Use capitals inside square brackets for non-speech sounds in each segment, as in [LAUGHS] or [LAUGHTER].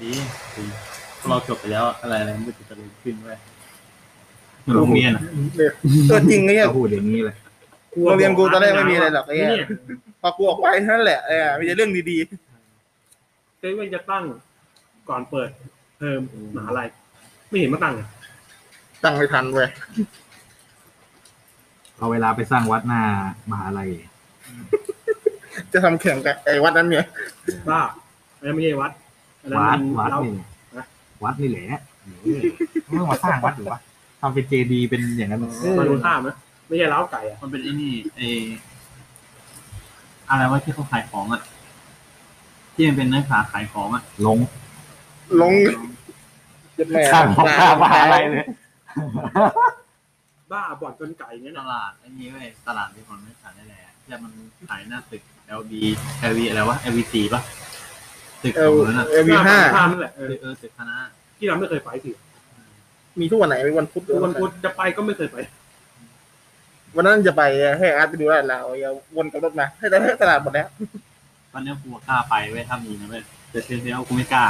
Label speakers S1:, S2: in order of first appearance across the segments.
S1: ปีพวกเราจบไปแล้วอะไรอะไรมันจะเจริญขึ้นเว้ยโรงเรียนอะ
S2: เออจริงไอ้เนี่ย
S3: ก็พูดอย่างนี้เลย
S2: โรงเรียนกูตอนแรกไม่มีอะไรหรอกไอ้เนี่ยพอกูออกไปเท่านั้นแหละไอ้เนี่ยมีแต่เรื่องดี
S4: เต้ยว่าจะตั้งก่อนเปิดเทอมมหาลัยไม่เห็นมาตั้งอะ
S2: ๆตั้งไม่ทันเว้ย
S3: เอาเวลาไปสร้างวัดหน้ามหาลัย
S2: จะทำแข่งกับไอ้วัดนั้นเนี่ย
S4: บ้าอันนั้นไม่ใช่วัดอันนั้น
S3: วั
S4: มั
S3: ด
S4: น
S3: วัด
S4: เรา
S3: นี่
S4: นะ
S3: วัดนี่แหละเออไม่ต้องมาสร้างวัดหรือวะทำเป็นเจดีย์เป็นอย่างนั้นเออ
S4: มันตรงข้ามนะไม่ใช่เล้าวไก่อะ
S1: มันเป็นไอ้นี่ไออะไรวะที่เขาขายของอ่ะที่มันเป็นนักศึกษาขายของอ่ะ
S3: ลง
S2: ลงยัดแม่
S3: สร้างวัดหน้ามหาลัยเลย
S4: บ้าบ่อนจนไก่เงี้ย
S1: ต
S4: นะ
S1: ลาดไอ้นี่เว้ยตลาดที่คนไม่ขายได้แหละที่มันขายหน้าตึก LB LV อะไรวะ LVC ป่ะตึก
S2: เอ
S1: ขอ
S2: ล
S1: งนั้นอ่ะ
S2: เอลวีห้า
S4: ข้ามนั่นแหละเอ
S1: เอ
S4: อ
S1: อเออตึกคณะ
S4: ที่เราไม่เคยไปสิ
S2: มีทุกวันไหนมีวันพุธ
S4: ทุก
S2: วั
S4: วัน น
S2: พุ
S4: พุ
S2: ธ
S4: ธจะไปก็ไม่เคยไป
S2: วันนั้นจะไปให้อาร์ตไปดูลาดเราวอย่าวนกลับรถมา ให้ตลาดตลาดหมดแล้ว
S1: ตอนนี้กูกล้าไปเว้ยถ้ามีนะเว้ยแต่เซนเซลกูไม่กล้า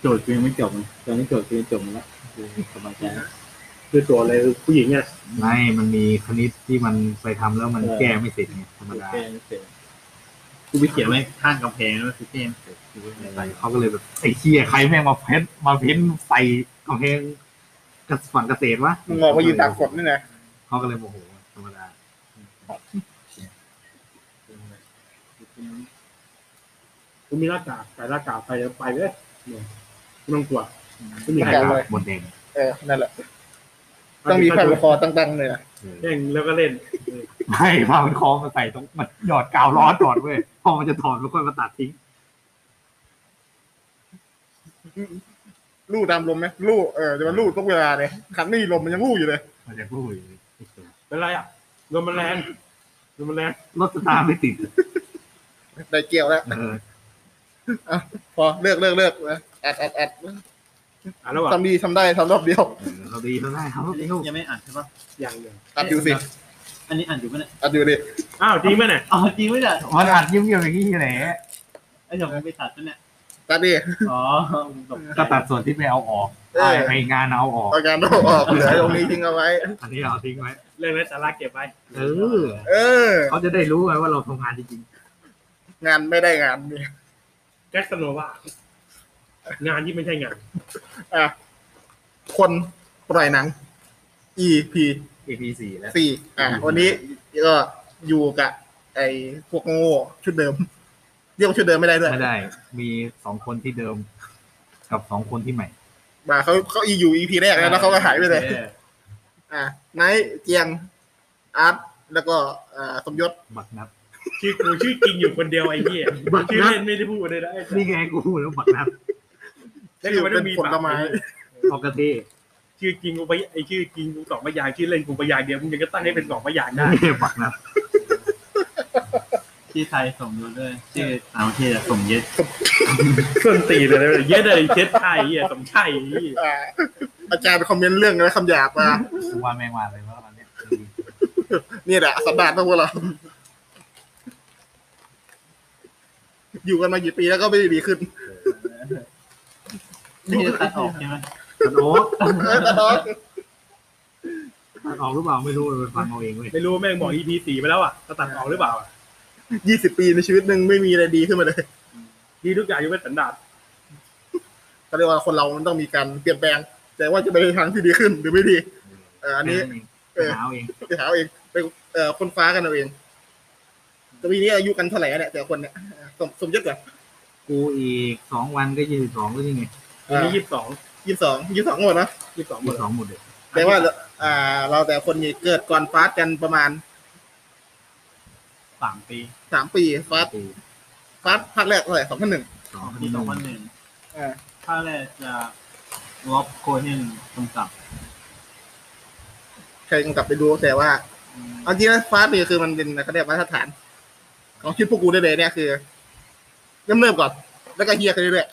S1: โจทย์กูยังไม่จบเลยตอนนี้โจทย์กูยังจบแล้วกูสบายใจแล้ว
S4: คือตัวอะไรคือผู้หญิงเนี่ย
S3: ไม่มันมีคณิตที่มันไปทำแล้วมัน
S1: เออ
S3: แก้ไม่เสร็จไงธรรมดา
S1: กูไปเขียนไว้ข้างกำแพงแล้วมันคือเกมเสร็จกูไม่
S3: เอ
S1: ไป
S3: อเขาก็เลยแบบไอ้เชี่ยใครแม่งมาเพ้นมาเพ้นใส่กำแพงกระฝั่งเกษตรวะ
S2: มึงออกมายืนตากฝนนี่นะ
S3: เขาก็เลยโมโหธรรมดา
S4: กูมีหน้ากากไก่หน้ากากไปแล้วไปเลยเนี่ยไม่ต้องกลัวไม่มี
S3: ไม่
S4: ใคร
S3: ได้ครับหมดแดง
S2: เออนั่นแหละต้องมีผ้าพันคอตั้งๆเลยนะ
S3: เออ
S4: แย่งแล้วก็เล่นเออ
S3: ไม่ผ้ามันคล้องมาใส่ตรงมันหยอดกาวร้อนก่อนเว้ยพอมันจะถอดมันค่อยมาตัดทิ้ง
S2: ลู่ตามลมไหมลู่เออจะมาลู่ทุกเวลาเลยขันนี่ลมมันยังลู่อยู่เลย
S3: มันจะพูด
S4: เป็นไรอะลมมันแรงลมมันแรง
S3: รถสตาร์ทไม่ติด
S2: ได้เกี่ยวแล้ว
S3: เออ
S2: พอเลิกเลิกเลิกนะแอดแอดแอด
S4: อ่ะแล้วอ่ะ
S2: ทำดีทำได้ทำรอบเดียว
S3: เออเขาดีเขาได้เขา
S1: อัน
S3: ดี
S1: นี้
S3: เขา
S1: ยังไม่อ่านใช่ปะ
S4: อย่างอย่าง
S2: อัดอยู่สิ
S1: อันนี้อ่านอยู่ปะเนี่ย
S2: อัดอยู่ดิ
S4: อ้าวจริงไหมเนี่ย
S1: อ๋อจริงไหมเนี่ย
S3: มันอัดเยี่ยมเยี่ยมอย่างนี้แหละ
S1: ไอ้เดี๋ยวผมไปตัดปะเนี่ย
S2: ตัดดิ
S1: อ๋อผมตกใจ
S3: ก็ตัดส่วนที่ไม่เอาออก
S2: เออ
S3: ไปงานเอาออก
S2: เอาการโดออกเหลือตรงนี้ทิ้งเอาไว้
S3: อันนี้เราทิ้งไว้
S4: เรื่องไร้สาระเก็บไว้
S3: เออ
S2: เออ
S3: เขาจะได้รู้ไงว่าเราทำงานจริง
S2: งานไม่ได้งานเนี่ย
S4: แจ็คสโนว่างานที่ไม่ใช่งาน
S2: อ่ะคนปล่อยหนัง EP
S3: ๆ EP สี่แล้ว
S2: สี่อ่ะวันนี้ก็อยู่กับไอ้พวกโง่ชุดเดิม เรียกว่าชุดเดิมไม่ได้ด้วย
S3: ไม่ได้ มีสองคนที่เดิม กับสองคนที่ใหม่
S2: มาเขาเขาอยู่ EP แรกแล้วแล้วเขาก็หายไปเลย อ่ะไนท์เจียงอาร์ตแล้วก็อ่าสมยศ
S3: บักนัด
S4: ชื่อกูชื่อจริงอยู่คนเดียวไอ้เหี้ยชื่อเล่นไม่ได้พูดเลยนะไอ้สัส
S3: นี่ไงกูพูดแล้วบักนัด
S4: แล้วก็ไม่ได้
S2: เป็
S4: มี
S2: นผลไม้
S3: ปกติ
S4: ชื่อจริงกูไปไอ้ชื่อจริงกูสองพยางค์ชื่อเล่นกูพยางค์เดียวมึงยังก็ตั้งให้เป็นสองพยางค์ได้
S3: บักนัด
S1: ที่ไทยสมรู้ด้วยชื่อสาวที่สมเย็ด
S4: เครื่องตีเลยนะเย็ดเลยเช็ดไทยไอ้เหี้ยสมชัยไอ้เหี้ย
S2: อ่าอาจารย์คอมเมนต์เรื่องอะไรคำหยาบมา
S3: กูว่าแม่งมาเลยว่ามันเนี่ย
S2: นี่แหละสัปดาห์ต้องพวกเรา อยู่กันมากี่ปีแล้วก็ไม่ได้ดีขึ้น [LAUGHS]
S1: นี่จะตัดออกใช่ไหม
S3: มันโอ๊ต
S2: เออตาดอก
S3: มันออกหรือเปล่าไม่รู้ไปฟังเอาเองเว้ย
S4: ไม่รู้แม่งบอก EP สี่ไปแล้วอ่ะจะตัดออกหรือเปล่าอะ
S2: ยี่สิบปีในชีวิตหนึ่งไม่มีอะไรดีขึ้นมาเลย
S4: ดีทุกอย่างยกเว้นสันดาป
S2: เขาเรียกว่าคนเรามันต้องมีการเปลี่ยนแปลง แต่ว่าจะไปในทางที่ดีขึ้นหรือไม่ดี เอออันนี้
S3: ไปหาเอาเอง
S2: ไปหาเอาเองไปเอ่อคนฟ้ากันเอาเองแต่ปีนี้อายุกันเท่าไหร่แล้วเนี่ยแต่ละคนเนี่ยสมสมยศเหรอ
S3: กูอีกสองวันก็ยี่สิบสองก็ยังไง
S4: วันนี้ยี่สิบสอง
S2: ยี่สิบสองยี่สิบสองหมดนะ
S4: ยี่สิบสองหม
S3: ยี่
S4: ด
S3: สิบสองหมดเลย
S2: แปลว่าอ่า เราแต่ละคนนี่เกิดก่อนฟ้ากันประมาณ
S1: สามปี
S2: สามปีฟ้า
S3: ปี
S2: ฟ้าภาคแรกเท่าไหร่สองพันหนึ่ง
S3: สองพัน
S1: ที่
S3: ห
S1: สองพัน
S3: นึ่ง
S1: หนึ่ง
S2: อ่า
S1: ภาคแรกจะล็อบโคเฮนกำกับ
S2: ใครกำกับไปดูแต่ว่า
S1: อืม
S2: เอาจริงนะฟาสต์เนี่ยคือมันเป็นเขาเรียกมาตรฐาน ของคิดพวกกูได้เลยเนี่ยคือเริ่มเริ่มก่อน แล้วก็เฮียกันเรื่อย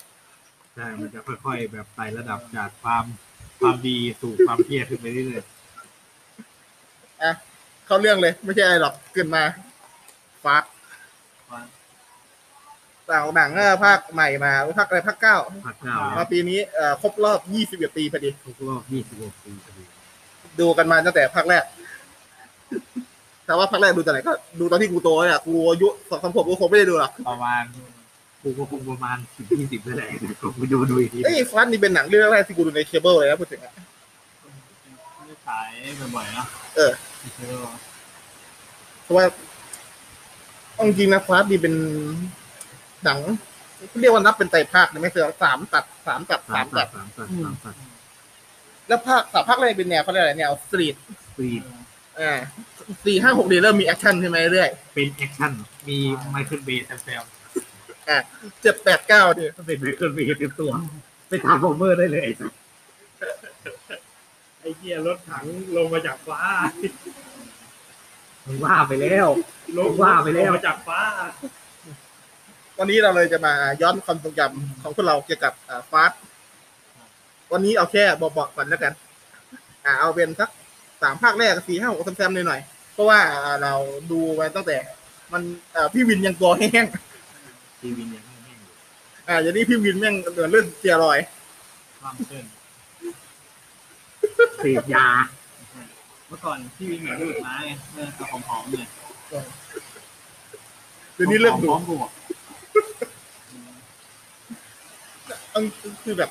S3: ใช่มันจะค่อยๆ แบบไต่ระดับจากความความดีสู่ความเพี้ยขึ้นไปเรื่อย
S2: ๆอ่ะเข้าเรื่องเลย ไม่ใช่อะไรหรอกเกินมาฟาสต์
S1: ว่า
S2: ฟ ต่างหนังเอ่อภาคใหม่มาภาคอะไรภาคเก้า
S3: ภาคเก้า
S2: มาปีนี้เอ่อครบรอบยี่สิบปีพอดี
S3: ครบรอบยี่สิบหกปีพอดี
S2: ดูกันมาตั้งแต่ภาคแรก แต่ว่าภาคแรกดูตอนไหนก็ดูตอนที่กูโตเนี่ยกูอายุสองสามขวบกูคงไม่ได้ดูหรอก
S3: ประมาณกูก็คงประมาณสิบยี่สิบนี่แหละกูไปดูดูอีกที
S2: เอ้ยฟันนี่เป็นหนังเรื่องแรกที่กูดูในเคเบิลเลยนะพูดถึงอะ
S1: ไม่ได้ฉายบ่อยๆเนาะ
S2: เออ
S1: ไม่ใช่ว่า
S2: เพราะว่าเอาจริงๆนะฟาสดีเป็นหนังเรียกว่านับเป็นไตรภาคเนี่ยไม่เสือสามตัดสามตัด
S3: สา
S2: สาม ม
S3: ตั
S2: ตั
S3: ด
S2: ด
S3: สามตัดสามตัด
S2: แล้วภาคสามภาคแรกเป็นแนวเขาเรียกอะไรแนวสตรีท
S3: สตรีท
S2: อ่าสี่ห้าหกดีเริ่มมีแอคชั่นขึ้นมาเรื่อย
S3: เป็นแอคชั่นมีไมเคิลเบย์แซม
S2: ๆอ่าเจ็ดแปดเก้าดิ
S3: ๆก็เป็นไมเคิลเบย์เต็มตัวไปถามฟอร์เมอร์ได้เลยไอ้สัส
S4: ไอ้เหี้ยรถถังลงมาจากฟ้า
S3: มึงว่าไปแล้ว
S4: ลง
S3: ว่าไปแล้ว
S4: งมาจากฟ้า
S2: วันนี้เราเลยจะมาย้อนความทรงจำของพวกเราเกี่ยวกับฟาสวันนี้เอาแค่เบอกๆก่อนแล้วกัน อ่า เอาเป็นสักสามภาคแรกสี่ห้าหกแซมๆหน่อยๆเพราะว่าอ่าเราดูมาตั้งแต่ มันอ่าพี่วินยังตัวแห้ง
S1: ทีวีเนี่ยไม่ไม่อยู่
S2: อ่าอย่างนี้พี่วินแม่งเดินเล่นเตียรอยด์
S1: ข้ามเส้น
S3: เสพยา
S1: เมื่อก่อนทีวีเหมือนดูดไม้ไงเออเอาของหอมๆเลย
S2: เดี๋ยวนี้เลิกดู
S1: พร้อมบวก
S2: ต้องคือแบบ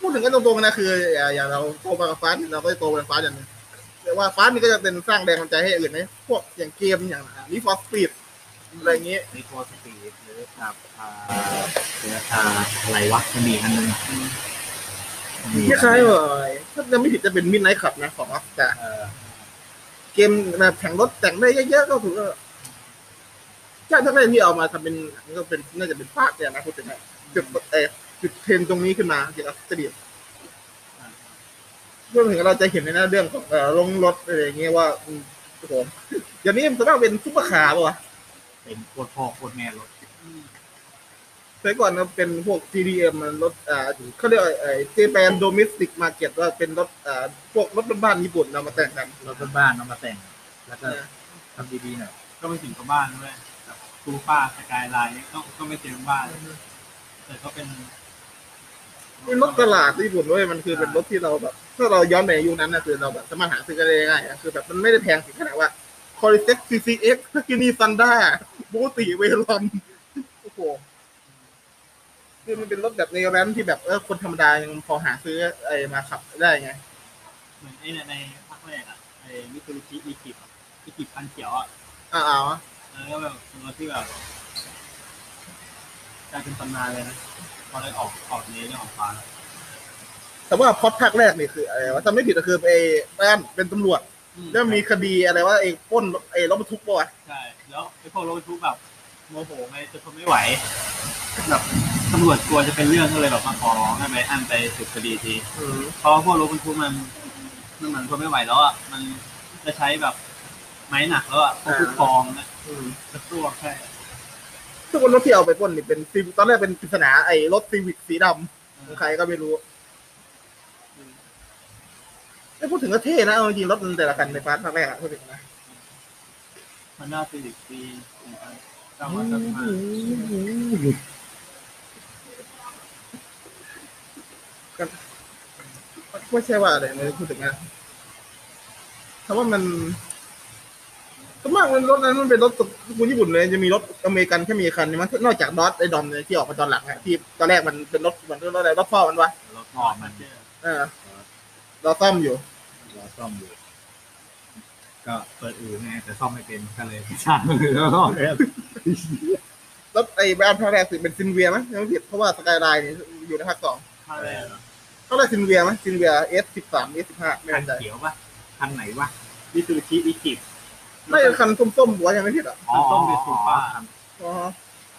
S2: พูดถึงกันตรงๆนะคืออย่าอย่าเราโตมากับฟ้าเราก็จะโตมากับฟ้าอย่างหนึงแต่ว่าฟ้านี่ก็จะเป็นสร้างแรงบันดาลใจให้อื่นไหมพวกอย่างเกมอย่างนี้ฟอสปีดอะไรอย่างนี้
S1: ในโคสปีดหรือกับอ่าเสือตาอะไรวะมันมีอันนึงมี
S2: คล้ายๆเลยถ้าจะไม่ผิดจะเป็นมิดไนท์ขับนะของออสการ์
S1: เออ
S2: เกมแบบแข่งรถแต่งได้เยอะๆก็ถือว่าใช่ถ้าได้ที่เอามาทำเป็นก็เป็นน่าจะเป็นภาคเนี่ยนะพูดถึงนะจุดเออจุดเทรนตรงนี้ขึ้นมาเกี่ยวกับสตรีท เรื่องถึงเราจะเห็นในหน้าเรื่องของเอ่อลงรถอะไรอย่างเงี้ยว่าอืมโอ้โหเดี๋ยวนี้มันจะต้องเป็นซุปเปอร์คาร์ป่ะวะ
S1: เป็นโคตรพ่อโคตรแม่รถ
S2: สมัยก่อนมันเป็นพวก GDM มันรถอ่าเขาเรียกไอ้เจแปนโดมิสติกมาเก็ตว่าเป็นรถอ่าพวกรถบ้านๆญี่ปุ่นเรามาแต่งกัน
S1: รถบ้านๆเอามาแต่ง แล้วก็ทำดีๆหน่อยก็ไม่ถึงกับบ้านด้วยแบบตูป้าสกายไลน์เนี่ยก็ก็ไม่เต็มบ้าน แต่ก็เป็น
S2: เป็นรถตลาดญี่ปุ่นด้วยมันคือเป็นรถที่เราแบบถ้าเราย้อนไปในยุคนั้นนะคือเราแบบสามารถหาซื้อกันได้ง่ายอะคือแบบมันไม่ได้แพงถึงขนาดว่าคอริเซ็กซีซีเอ็กซ์กินีซันด้าบูติเวลอนโอ้โห คือมันเป็นรถแบบในร้านที่แบบเออคนธรรมดายังพอหาซื้อไอ้มาขับได้ไง
S1: เหมือนไอ้เนี่ยในภาคแรกอ่ะไอ้มิตูบิชิอีกิปอีกิปคันเขียวอ่ะ
S2: อ่าเอา
S1: แล้วก็แบบเป็นรถที่แบบกลายเป็นตำนานเลยนะพอได้ออกออกเนี้ยออกฟ้าแล้ว
S2: แต่ว่าพล็อดภาคแรกนี่คืออะไรวะจำไม่ผิดก็คือไอ้แป้นเป็นตำรวจ แล้วมีคดีอะไรว่าไอ้ปล้นไอ้รถบรรทุกปะวะ
S1: ใช่แล้วไอ้พวกรถบรรทุกแบบโมโหไงจะทนไม่ไหวแบบตำรวจกลัวจะเป็นเรื่องก็เลยแบบมาขอร้องให้ไปอันไปสืบคดีทีเพราะว่าพวกรถบรรทุกมันมันเหมือนทนไม่ไหวแล้วอ่ะมันจะใช้แบบไม้หนักแล้วอ่ะพวกผู้กองนะกระตัวใช่
S2: ซึ่งคนรถที่เอาไปปล้นนี่เป็นซีตอนแรกเป็นปริศนาไอ้รถซีวิกสีดำของใครก็ไม่รู้ไอ้ยพูดถึงก็เท่นะเอาจริงๆรถมันแต่ละคันในฟาสต์ภาคแรกอะพูดถึงนะ
S1: มันน่าซีดิกซีเก้าร้อยเก้าสิบห้า
S2: ไม่ใช่ว่าอะไรเลยพูดถึงนะคำว่ามันก็มากมันรถนั้นมันเป็นรถตระกูลญี่ปุ่นเลยจะมีรถอเมริกันแค่มีคันนี่มั้งนอกจากดอทไอ้ดอมเนี่ยที่ออกมาตอนหลังอะที่ตอนแรกมันเป็นรถมันรถอะไรรถพ่อมันวะ
S1: รถพอมัน
S2: เออเราซ่อมอยู่
S3: รอซ่อมอยู่ ก็เปิดอู่ไงแต่ซ่อมไม่เป็นก็เลยไปสร้างเรือแล้วก็เลย
S2: รถไอ้แบรนด์ภาคแรกสิเป็นซินเวียมั้ยยังไม่ผิดเพราะว่าสกายไลน์นี่อยู่ในภาคสอง
S1: ถ้าแรก
S2: ภาคแรกซินเวียมั้ยซินเวียเอสสิบสามเอสสิบห้าไม่
S3: คัน
S2: แน่ใจ
S3: เขียวปะคันไหนวะ
S1: มิซูบิชิอีกิป
S2: ไม่คันส้มๆหัวยังไม่ผิดอ่ะ
S1: มันต้องเป็นซูป้า
S2: อ๋อ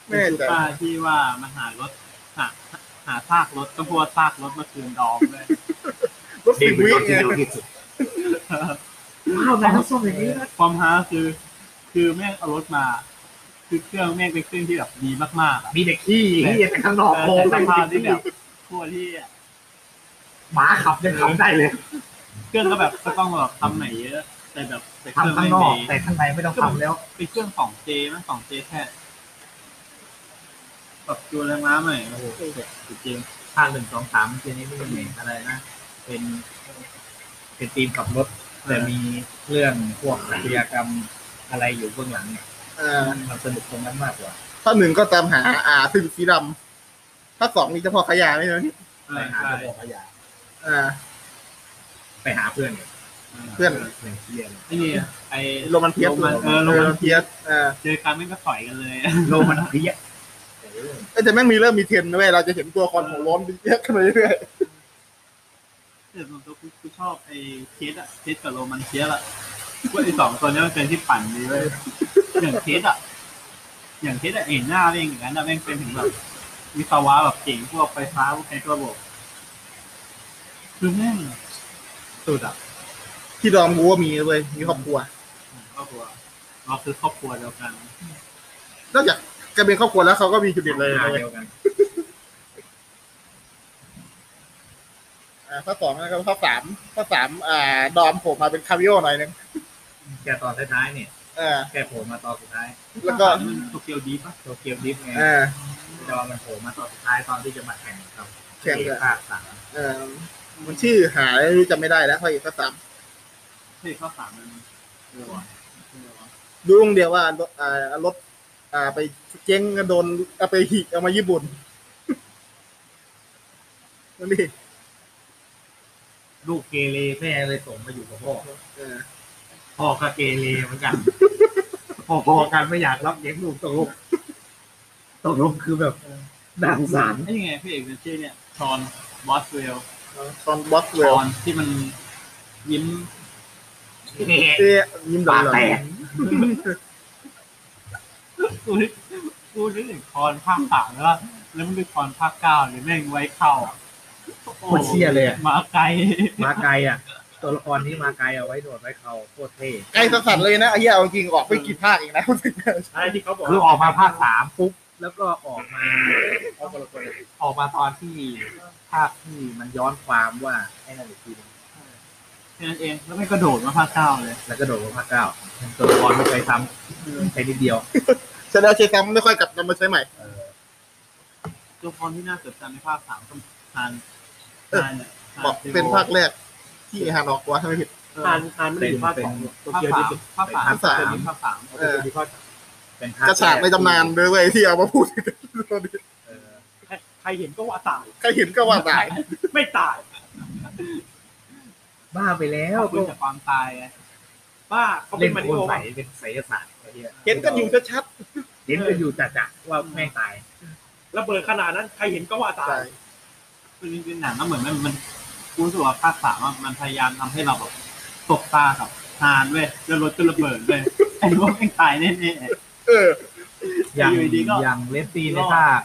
S2: ไม่
S1: เป็น
S2: แน่
S1: ซู
S2: ใจ
S1: ป้าที่ว่ามาหารถหาหาซากรถก็พวกซากรถมาคืนดอมเลย
S2: รถ
S3: เด็ก
S2: สิบ
S3: เป็น
S2: วิ
S3: รถที่
S2: ไง
S3: เร็วที่สุดว้าวนะซ่อมอย่างนี้นะ
S1: ความฮาคือ คือแม่งเอารถมา คือเครื่องแม่งเป็นเครื่องที่แบบดีมากๆอ่ะ
S3: มีเด็กขี้ขี้แต่ข้างนอก
S1: แต่
S3: โค้ง
S1: ส
S3: ได้
S1: ภาพ
S3: จริ
S1: ที่
S3: ง
S1: แบบพวกที่อะ
S3: หมาขับยังขับได้เลย
S1: เครื่องก็แบบก็ต้องแบบทำไหนเยอะ แต่แบบแต่เครื่อง
S3: ทำข้าง
S1: ไม่
S3: นอก
S1: ดี
S3: แต่ข้างในไม่ต้องทำแล้ว
S1: เป็นเครื่อง 2J มั้ย 2J แค่ ปรับจูนอะไรม้าใหม่โอ้โหเจ็บจริงๆภาคหนึ่งสองสามเจนี้ไม่มีอะไรนะ
S3: เป็น เป็นทีมขับรถ แต่มีเรื่องพวกอาชญากรรมอะไรอยู่เบื้องหลังเนี่ย
S2: อ่า
S3: มันสนุกตรงนั้นมากกว่า
S2: ข้อหนึ่งก็ตามหาอ่าซิมสีดำข้อสองมีเฉพาะขยะไหมนะพี่
S1: เอ
S3: ไป
S1: อ
S3: หา
S1: ใช่
S3: เจ้าพ่อพระยา
S2: อ่า
S3: ไปหาเพื่อนเนี่ย
S2: เพื่อน
S3: เพื่อนเที่ยน
S1: ไอ้นี่ไอ้
S2: โรมันเพียส
S1: เออโรมัน
S2: เพียสอ่า
S1: เจอกันไม่ก็ต่อยกันเลย
S5: โลมันเพีย
S3: เออ
S2: เอ้ยแต่แม่งมีเริ่มมีเทรนด์นะเว้ยเราจะเห็นตัวละคอนของร้อนเยอะขึ้นเรื่อย
S1: เออผมตัวกูชอบไอ้เคสอะเคสกับโรมันเคสอะว่าไอ้สองตัวเนี้ยมันเป็นที่ปั่นดีเลยอย่างเคสอะอย่างเคสอะเห็นหน้าเองอย่างนั้นอะแม่งเป็นถึงแบบวิศวะแบบเก่งพวกไฟฟ้าพวกไฮโดรระบบคือแม่งสุดอะ
S2: ๆที่ดอมกูว่ามีเว้ยมีครอบครัว
S1: ครอบครัวเราคือครอบครัวเดียวกัน
S2: นอกจากจะเป็นครอบครัวแล้วเขาก็มีจุดเด่นเลย
S3: หา
S2: นะเว้ย
S3: เดียวกัน
S2: อ่าข้อสองนะครับข้อสามข้อสามอ่า ดอมโผล่มาเป็นคาวิโอหน่อยนึง
S3: แค่ตอนท้ายๆเนี่ย
S2: อ่า
S3: แค่โผล่มาตอนสุดท้าย
S2: แล้วก็
S1: มันโตเกียวดีปะ
S3: โตเกียวดิฟไง
S2: อ่า
S3: จอมันโผล่มาตอนสุดท้ายตอนที่จะมาแข่งกับ
S2: แข่งกับ
S3: ภาคสาม
S2: เอ่อมันชื่อหายไม่รู้จำไม่ได้แล้วข้ออีกข้อสาม
S1: เฮ้ยข้าวสารมันเออว่ะเออว่ะ
S2: ดูตรงเดียวว่ารถอ่ารถอ่าไปเจ๊งก็โดนเอาไปหิเอามาญี่ปุ่น [LAUGHS] นั่นดิ
S3: ลูกเกเรแม่เลยส่งมาอยู่กับพ่อ
S2: เออ
S3: พ่อก็เกเรเหมื
S2: [LAUGHS]
S3: อนกัน พ่อพอๆกันไม่อยากรับเลี้ยงลูกตกลงตกลงคือแบบด่างสาร
S1: ไอ้ยังไงพี่เอกเป็นชื่อเนี่ยชอนบอสเวล
S2: ตอนบล็อก
S1: ช
S2: เลย
S1: อนที่มันยิ้ม
S3: นี่
S2: เอ๊ะยิ้มหล
S3: ปา
S2: อน
S3: แตก
S1: กูนึกกูนึกถึงคอนภาคสามแล้วแล้วมันเป็นคอนภาคเก้าหรือแม่งไว้เข้าอ่ะ
S3: โคตรเชี่ยเลยอะ
S1: มาไกล
S3: มาไกลอ่ะ ตัวละครนี้มาไกลเอาไว้หนวดไว้เขาโคตรเท่
S2: ๆใกล้สัสๆเลยนะไอ้เหี้ยเอาจริงๆออกไปกี่ภาคเองนะ [LAUGHS]
S4: ใช่ที่เขาบอก
S5: คือออกมาภาคสามปุ๊บ
S3: แล้วก็ออกมาออกมาละคนละคนออกมาตอนที่ภาคที่มันย้อนความว่าไอ้นั่นอีกทีนึง
S1: แค่นั้นเองแล้วไม่งกระโดดมาภาคเก้าเลย
S3: แล้วก็โดดมาภาคเก้าตัวละครไม่เคยซ้ำใช้นิดเดียว
S2: ฉะนั้นใช้ซ้ำไม่ค่อยกลับนำมาใช้ใหม่
S1: ตัวคอนที่น่าจดจำในภาคสามต้องทาน
S2: เออ
S1: ทานเนี่ยท
S2: บอกเป็นภาคแรก ที่ฮานอกว่าถ้าไม่ผิด
S1: เออ
S4: ทานทานไม่ได้อยู่ภาคสอง
S3: เป็น
S1: ภาคสามภาคสาม
S2: ภาคสาม
S1: เป็นภาคสาม
S2: เออ
S3: เป็นภาค
S2: กระฉากในตำนานเลยเว้ยที่เอามาพูดกันตอนนี้
S3: เออ
S4: ใครใครเห็นก็ว่าตาย
S2: ใครเห็นก็ว่าตาย
S4: ไม่ตาย
S3: บ้าไปแล้ว
S1: แล้วคุณจากความตายไง
S4: บ้าเขาเป็
S3: เล่น
S4: นมาริ
S3: คน
S4: โอ
S3: ใส
S4: ป่ะ
S3: เป็นไสยศาสตร์ไอ้หี้ย
S2: เห็นกันอยู่ชัด
S3: เห็นกันอยู่จัดจัว่าแม่งตาย
S4: ระเบิดขนาดนั้น ใครเห็นก็ว่า
S2: ๆ
S4: ตา
S2: ใช่
S4: ย
S1: คือจริงๆหนังก็เหมือนมันมันกูรู้สึกว่าภาคสามอะมันพยายามทำให้เราแบบตกตากับฮานเว้ยแล้วรถก็ระเบิดเลย [LAUGHS] ไอ้พวกแม่งตายแน่ๆ
S2: เออ
S3: อย่าง
S1: อยู่ดีๆก็
S3: อย่างเลสตี้ใน
S1: รอด
S3: ภาค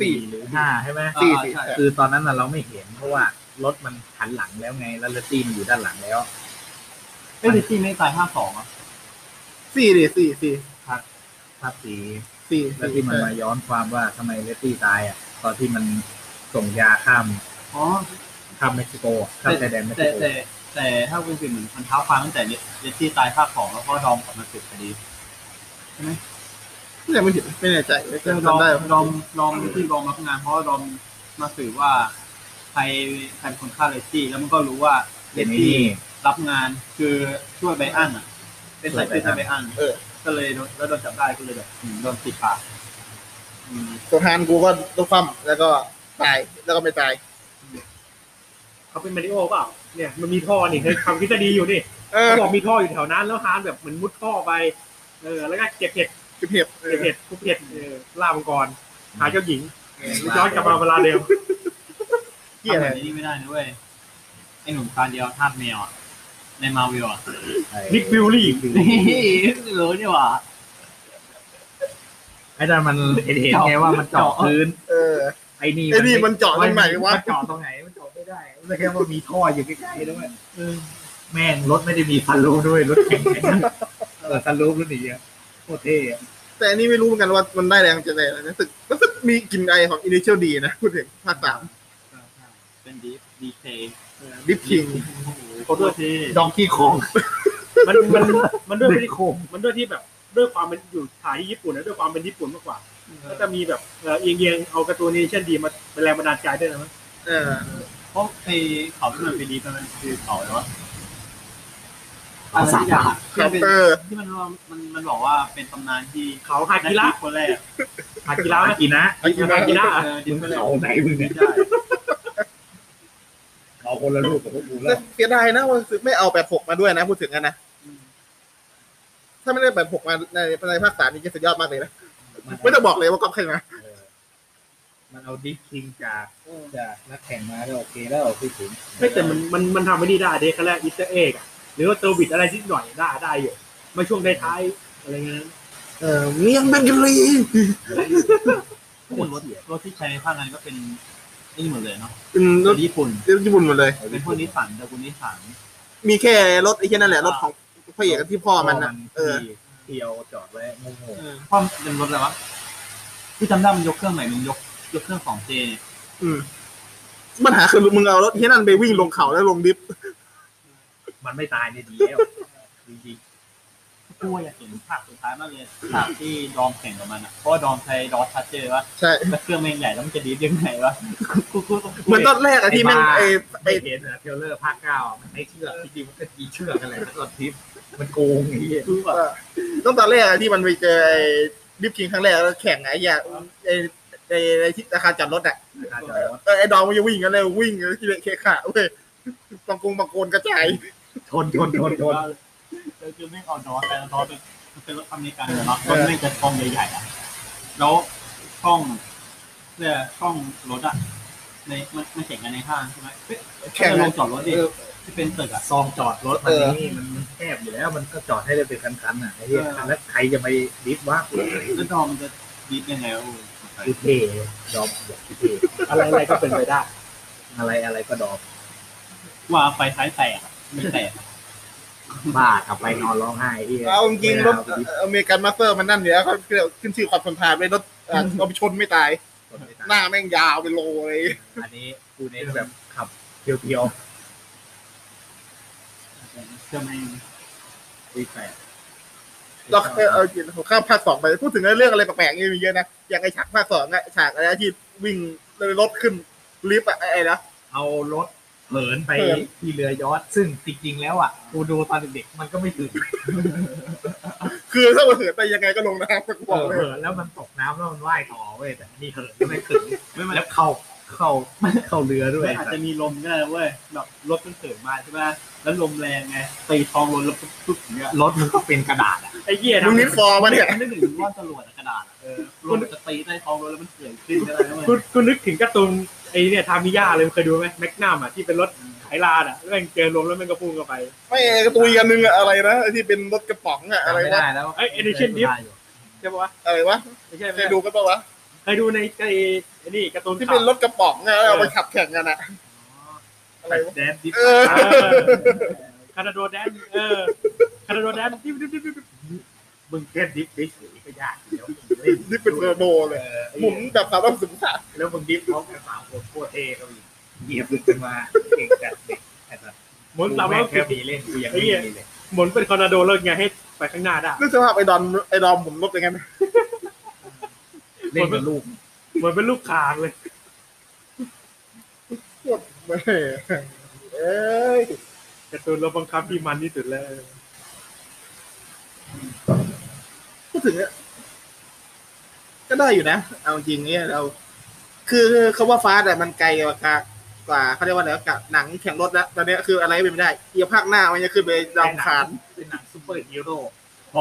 S2: สี่
S3: สี่หรือห้าใช่ไหม
S2: สี่
S1: อ่า
S2: สี่
S1: ใช่
S3: คือตอนนั้นน่ะเราไม่เห็น เพราะว่ารถมันหันหลังแล้วไง แล้วเลสตี้มันอยู่ด้านหลังแล้ว
S1: เอ้ยดิซี่ไม่ตายภาคสองอ่ะ
S2: สี่ดิสี่สี่
S3: ภาพสี
S2: สี่
S3: แล้วที่มัน
S2: ใช่
S3: มาย้อนความว่าทำไมเลสตี้ตายอ่ะ ตอนที่มันส่งยาข้าม
S1: อ๋อ
S3: ข้ามเม็กซิโกอะข้ามชายแดนเม็ก
S1: แต่
S3: ซิโก
S1: แต่แต่ถ้าเป็นสิ่งเหมือนมันเท้าความตั้งแต่ดิซี่ตายภาคสองแล้วก็ดอมกลับมาติดคดี
S2: ไม่ใช่ไม่ผิดไม่แน่ใจไม่
S1: ดอม
S2: จำได้
S1: ดอมดอมที่ดอมรับงาน เพราะว่าดอมมาสื่อว่าใครใครเป็นคนฆ่าเลซี่แล้วมันก็รู้ว่าเล
S3: เดี๋ยว
S1: ซี่
S3: นี้
S1: รับงานคือช่วยไบอันอ่ะ เป็นสายเป็น
S3: ช่วยไบ
S1: ไบ
S3: อั
S1: อัน
S3: น
S1: เออ ก็เลยโดนแล้วโดนจับได้ก็เลยแบบอืมโดนติดปากอืม
S2: ตัวฮานกูก็ตัวฟั่มแล้วก็ตายแล้วก็ไม่ตาย
S4: เขาเป็นมาริโอเปล่า เนี่ยมันมีท่อนี่เคยทำทฤษฎีอยู่นี่
S2: เออ
S4: เขาบอกมีท่ออยู่แถวนั้น แล้วฮานแบบเหมือนมุดท่อไป เออ แล้วก็เก็บเห็ด
S2: เก็บเห็บเออ
S4: เก็บเห็ดทุกเห็ดเออล่ามังกร หาเจ้าหญิงย้อนกลับมาเวลาเดิม
S2: เหี้ย
S1: ทำ
S2: อะ
S1: แบ
S2: ไร
S1: บนี้ไม่ได้นะเว้ยไอหนุ่มตาเดียวทาสแมวอะในมาวิวอ่ะ
S3: ไอ้
S4: นิกฟิลลี่
S1: นี่รู้นี่หว่า
S3: ไอ้นั่นมันเห็นเห็นไงว่ามันเจาะ
S1: เจาะ
S3: พื้น
S2: เออ
S3: ไอ้นี่
S2: ไอ้นี่มันเจาะตรงไหนวะ
S3: มันเจาะตรงไหน มันเจาะไม่ได้แล้วแค่ว่ามีท่ออยู่ใกล้ๆด้วยเออแม่งรถไม่ได้มีซันรูฟด้วย รถแข่งแข่งเออซันรูฟรุ่นนี้อะโคตรเท่อะ
S2: แต่อันนี้ไม่รู้เหมือนกันว่ามันได้แรงจะไหนนะรู้สึกรู้สึกมีกลิ่นไอของอินิเชียลดีนะพูดถึงภาคสาม
S1: เป็นดีดีเค
S2: ดิฟคิง
S1: โอ้โหขอโทษที
S5: ดองกี้คอง
S4: มันมันมันด้วย
S3: เด็กโคม
S4: มันด้วยที่แบบ ด้วยความเป็นอยู่ถ่ายที่ญี่ปุ่นนะด้วยความเป็นญี่ปุ่นมากกว่า ก็จะมีแบบเอ่อเอียงๆเอาการ์ตูนนี้เช่นดีมาเป็นแรงบันดาลใจด้วยนะมั้ย
S2: เออ
S1: เพราะไอ้เขาที่มันเป็นดีตอนนั้นคือเขาอะไรวะ
S6: เขาสามบาท
S1: ที่มันเป็นที่มันว่ามันมันบอกว่าเป็นตำนานที่
S4: เขาฮากิระ
S1: นัคนแรก
S4: ฮากิระไหม
S6: อากินะ
S2: ไอ้กินนะ
S4: ฮากิระอ่ะ
S1: เออดี
S6: มึง
S1: คนแรก
S6: เขาไหนมึงเนี่ย
S1: ใช่
S6: เขาคนละรูปกับพวกกูแล้ว
S2: เสียดายนะว่าไม่เอาแปดหกมาด้วยนะ พูดถึงกันนะ ถ้าไม่ได้แปดหกมาในในภาคสามนี่จะสุดยอดมากเลยนะ ไม่ต้องบอกเลยว่าก๊อปใครมา
S3: มันเอาดิฟคิงจากจากนักแข่งมาแล้วโอเคแล้วคือถึง
S4: ไม่แต่มันมันมันทำไม่ได้ได้เด็กแรกอิสเอ็กหรือว่าเซอร์วิสอะไรนิดหน่อยได้ได้อยู่มาช่วงท้ายๆอะไรเงี้ยนะ
S2: เออเมียงเบงกอรี
S1: พวกรถรถที่ใช้ในภาคนั้นก็เป็นนี่หมดเลยเนาะ
S2: เป็นร
S1: ร
S2: ถ
S1: ถญี่ปุ่น
S2: ญี่ปุ่นหมดเลย
S1: เป็นพวกนิสสันแต่คุณนิสสัน
S2: มีแค่รถไอ้แค่นั่นแหละ รถของพระเอกกับที่พ่อมันนะเออ
S3: เดียวจอดไว้งง
S2: เออ
S1: เพราะมันเป็นรถอะไรวะที่จำได้มันยกเครื่องใหม่มันยก ยกเครื่องของเจ
S2: อืมปัญหาคือมึงเอารถที่นั่นไปวิ่งลงเขาแล้วลงดิฟต์
S3: ๆมันไม่ตายเนี่ยดีแล้วจริง
S1: กูอยากเห็นฉากสุดท้ายมากเลยฉากที่ดอมแข่งกับมันอ่ะเพราะว่าดอมใช้ดอทชัดเจนว่า
S2: ใช่
S1: แล้วเครื่องแม่งใหญ่แล้วมันจะดีดยังไงวะกูกูต้อง
S2: เหมือนตอนแรกอะที่แม่งไอ้
S3: ๆ
S2: ไอ้
S3: ไม่เห็นอะเทรลเลอร์ภาคเก้าอะมันไม่เชื่อจริงๆมันก็ดีเชื่อกันแหละแล้วก็ทิปมันโกงอย่างเงี้ย
S1: กูแบบ
S2: ต้องตอนแรกอะที่มันไปเจอไอ้ดิฟคิงครั้งแรกแล้วแข่งไอ้ยาไอ้ไอ้ไอ้ที่อาคารจอดรถอะเออไอ้ดอมมันจะวิ่งกันเลยวิ่งเลยที่เละเคขาเว้ยปังกงปังโกนกระจาย
S3: ชนชนชนชน
S1: แล้วคือไม่งเอาดอสแต่ดอสเป็นมันเป็นรถอเมริกันเนาะรถไม่งจะกล้องใหญ่ๆอ่ะแล้วกล้องเนี่ยกล้องรถอ่ะในมันมันแข่งกันในห้างใช่ไหมเอ๊ะ
S2: แข่ง
S1: ลงจอดรถดิที่เป็นตึกอ่ะ
S3: ซองจอดรถมันนี่มันมันแคบอยู่แล้ว มันก็จอดให้ได้เป็นคันๆน่ะไอ้เหี้ยแล้วใครจะไปดิฟว่า
S1: แล้วดอมมันจะดีดยังไงวะโอ้ย
S3: คิดเท่ดอมบอกคิดเท่
S4: อะไรอะไรก็เป็นไปได้
S3: อะไรอะไรก็ดอม
S1: ว่าไฟท้ายแตกอะไม่แตก
S3: บ้ากลับไปนอนร้องไห้ไอ้เหี้ย
S2: เอาจริงๆร
S3: ไม่
S2: ถ
S3: เอาไปดิฟ
S2: อเมริกันมาสเตอร์มันนั่นอยู่แล้วเขาขึ้นชื่อความทนทานเลยรถเอ่อเอาไปชนไม่ตาย
S3: คนไม่
S2: ห
S3: ตาย
S2: น้าแม่งยาวเป็นโลเลย
S3: อันนี้กูเน้นแบบขับเพียว
S1: เชื่อไหม
S3: ๆดีแปด
S2: เราเคยเอาจริงผมข้ามภาคสองไปพูดถึงเรื่องอะไรแปลกๆนี่มีเยอะนะอย่างไอฉากภาคสองอะฉากอะไรนะที่วิ่งรถขึ้นลิฟต์อะไอ้นะ
S3: เอารถเหินไป
S2: เหิน
S3: ที่เรือยอชท์ซึ่งจริงๆแล้วอ่ะกูดูตอนเด็กๆมันก็ไม่ถึง
S2: คือถ้ามันเหินไปยังไงก็ลงน้ำกูบอกเลย
S3: เหินแล้วมันตกน้ำแล้วมันว่ายต่อเว้ยแต่อันนี่เหินแล้วไม่ถึงแล้วเข้าเข้าเข้าเรือด้ว
S1: มั
S3: ย
S1: นอาจจะมีลมก็ได้นะเว้ยแบบรถมันเกิดมาใช่ไหมแล้วลมแรงไงตีท้องรถแล้วปุ๊บๆอย่างเงี้ย
S3: รถมันก็เป็นกระดาษอะ
S4: ไอ้เหี้ย
S2: มึ
S4: ทำ
S2: งนิดฟอร์มาเนี่ย
S1: มันนึกถึงว่าจรวดอะกระดาษอะเออรถมันจะตีใต้ท้องรถแล้วมันเกิดขึ้นก็ได้นะเว้ย
S4: คุณคุณนึกถึงการ์ตูนไอ้เนี่ยทามิยาเลยเคยดูไหมแมกนัมอ่ะที่เป็นรถไถลานอ่ะแล้วแม่งเจอลมแล้วแม่งก็พุ่งเข้าไป
S2: ไม่ไอ้การะตูนอีกอันนึงอะอะไรนะไอ้ที่เป็นรถกระป๋องอะอะไร
S3: จำไม่
S2: วะ
S3: ได้แล้ว
S4: เอ้ย Edition Dip ใช่ปะวะ
S2: อะไรวะ
S4: ไม่ใช่
S2: เค
S4: ไม่
S2: ย
S4: ใช่
S2: ดูกันปะวะ
S4: เคยดูในไอ้ไอ้นี่การ์ตูน
S2: ที่เป็นรถกระป๋องอะแล้วเอาไปขับแข่งกันอะอะไรวะ
S3: แดนดิฟ
S2: เออ
S4: เออคาราโดแดนเออคาราโดแดนดิบดิบดิบดิบ
S3: มึงแค่ดิฟดิฟไม่ยากเดี๋ยว
S2: นี่เป็นเทอร์โบเลยหมุนแบบสามรอบสุดท้าย
S3: แล้วมึงดิฟพร้อมกันสามคนโคตรเท่เขาอีกเหยียบลึกขึ้นมาเก่งจัดเด็กแต่แบบ
S4: หมุนตาม
S3: แม่
S4: ว่าง
S3: แค่มีเล่นกูยังไม่มีเลย
S4: หมุนเป็นคอร์นาโดแล้วไงให้ไปข้างหน้าได้
S2: นึกสภาพไอ้ดอนไอ้ดอมหมุนรถอย่างนั้น
S3: เล่นกับลูก
S4: เหมือนเป็นลูกคางเลย
S2: ปวดเมื่อยเอ้ย
S4: การ์ตูนเราบังคับที่มันที่สุดแล้ว
S2: พูดถึงเนี่ยก็ได้อยู่นะ เอาจริงเนี่ยเรา คือเขาว่าฟาสต์อะมันไกลกว่ากว่าเขาเรียกว่าอะไรวะกับหนังแข่งรถแล้วตอนเนี้ยคืออะไรเป็นไม่ได้เอียภาคหน้ามันจะขึ้นไปดาวอังคาน
S3: เป็นหนังซูเปอร์ฮีโร่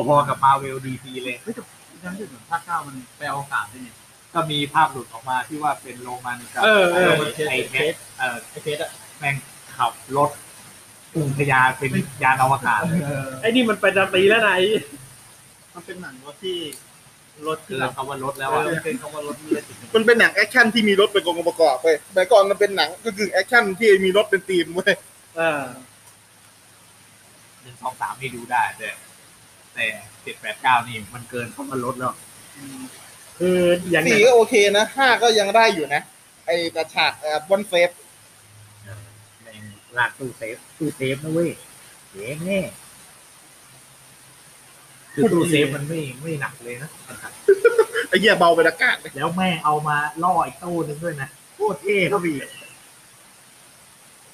S3: พอๆกับมาเวลดีซีเลยเฮ้ยแต่ยังไม่ถึงภาคเก้ามันไปเอาโอกาสได้ไงก็มีภาพหลุดออกมาที่ว่าเป็นโรมันกับ
S4: เออเออ
S3: ไอ้เพชรเออไอ้เพชรอะแม่งขับรถกรุงพยาเป็นยานอวกาศเลย
S4: ไอ้นี่มันไปดาตรีแล้วนะไอ้
S1: มันเป็นหนังรถที่รถ
S3: คื
S1: ที่
S3: อ
S1: แบบ
S3: คำว่ารถแล้วอะ
S1: เป็นคำว่ารถมีแต่สิ่ง
S2: มันเป็นหนังแอคชั่นที่มีรถเป็นองค์ประกอบเว้ยแต่ก่อนมันเป็นหนังก็คือแอคชั่นที่มีรถเป็นธีมเว้ย
S4: เออ
S3: หนึ่งสองสามนี่ดูได้ แต่แต่เจ็ดแปดเก้านี่มันเกินคำว่ารถแล้ว
S4: คืออย่าง
S2: สี่
S4: นั้น
S2: ก็โอเคนะห้าก็ยังได้อยู่นะ ไอ้กระฉากเอ่อบอนเฟส
S3: ในลากตู้เซฟตู้เซฟนะเว้ยเซฟแน่ คือตู้เซฟมันไม่ไม่หนักเลยนะ
S2: ไอ้เหี้ยเบาไปละกาดเลย
S3: แล้วแม่งเอามาล่ออีกตู้หนึงด้วยนะโคตรเท่เขาบีก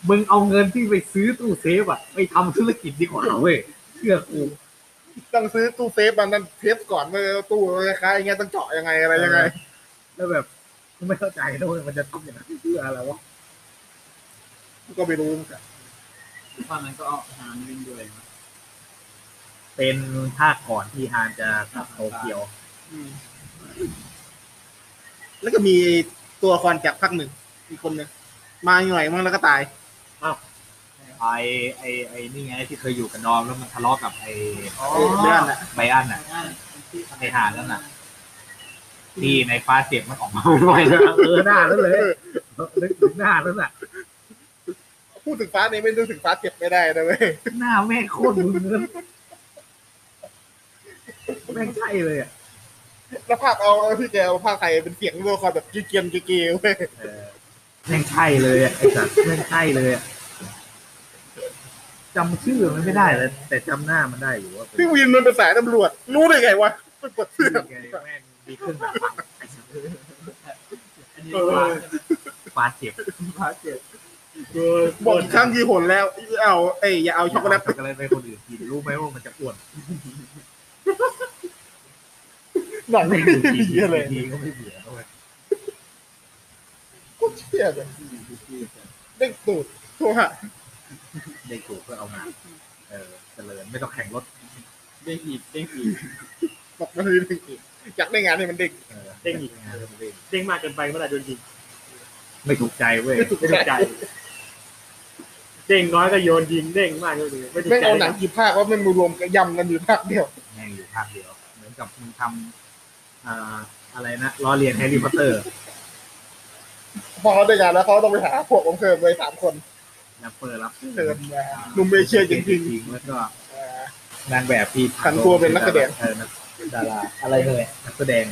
S3: มึงเอาเงินที่ไปซื้อตู้เซฟอะไปทำธุรกิจดีกว่าเว้ยเชื่อกู
S2: ต้องซื้อตู้เซฟมันนั้นเทปก่อนเมื่อตู้ราคาอย่างเงี้ยต้องเจาะยังไงอะไรยังไง
S3: แล้วแบบกูไม่เข้าใจนะเว้ยมันจะทำอย่างนั้นเพื่ออะไรวะ
S2: ก็ไม่รู้เหมือนกัน
S1: ตอนนั้นก็เอาหาเล่นด้วยนะ
S3: เป็นภาคก่อนที่ฮานจะกลับโตเกียว
S2: แล้วก็มีตัวละครจากภาคหนึ่งอีกคนหนึ่งมาหน่อยมั้งแล้วก็ตาย
S3: ไอไอไอนี่ไงที่เคยอยู่กับดอมแล้วมันทะเลาะกับไอ
S2: เออเลื่อนอะ
S3: ไบอันอ่ะ ไอหานั่นน่ะ ที่ในฟ้าเสียงมันออกมาไม่ไหวแล้วเออหน้าแล้วเลยนึกถึงหน้าแล้วน่ะ
S2: พูดถึงฟ้าเนี่ยไม่รู้ถึงฟ้าเก็บไม่ได้นะเว้ย
S3: หน้าแม่งโคตรมึนเลยแม่งใช่เลยอ่ะ
S2: [LAUGHS] แล้วภาคเอาเอาที่แกเอาภาคไทยเป็นเสียงตัวละครแบบเกรียนๆเกรียนๆเว้ย
S3: เออแม่งใช่เลยอ่ะไอสัตว์แม่งใช่เลยอะจำชื่อมันไม่ได้แต่แต่จำหน้ามันได้อยู่ว่าเป็น
S2: พี่วินมันเป็นสายตำรวจ รู้ได้ไงวะมันกดเสื้อ
S3: แม่งดีขึ้นแบบ
S1: อันนี้
S4: เอ
S1: ก็
S4: อ
S3: ฟาดเจ็บ
S4: เออ
S2: บอกกี่ครั้งกี่หนแล้วเอาเอ้ยอย่าเอาช็อกโกแลต
S3: ช็อกโกแลตไปคนอื่นกินรู้ไหมว่ามันจะอ้วน
S2: หนังไม่
S3: กิน
S2: ดีอะไร
S3: ทีก็ไม่เบื่อเว้ย
S2: กูเชี่ยเลยเด้งตูดโทรหา
S3: ได้ถูกเพื่อเอามาเออเจริญไม่ต้องแข่งรถ
S1: เด้งอีกเด้งอีก
S2: บอกมาเลยเด้งอีกอยากได้งานให้มันเด้ง
S3: เออ
S4: เด้งอีกเด้งมากเกินไปเมื่อไหร่โดนยิง
S3: ไม่ถูกใจเว้ย
S2: ไม่ถูก
S4: ไม่ถูก
S2: ใจ
S4: ใจเด้งน้อยก็โยนยิงเด้งมากก็เลยไม่ถูก
S2: ไม่ง
S4: ใจ
S2: เอาหนังกี่ภาคว่ามันมารวมกันยำกันอยู่ภาคเดียว
S3: แม่งอยู่ภาคเดียว เหมือนกับมึงทำอ่าอะไรนะล้อเลียนแฮร์รี่พอตเตอร์
S2: พอเขาได้งานแล้วเขาต้องไปหาพวกของเพิ่มไปสามคน
S3: แรปเปอร์รับ
S2: เพิ่มมาหนุ่มเอเชียจริง
S3: จริงๆแล้วก็
S2: ๆอ่า
S3: นางแบบที่
S2: ผันตัวเป็นนักแสดง
S3: เออนักดาราอะไรเลยนักแสดง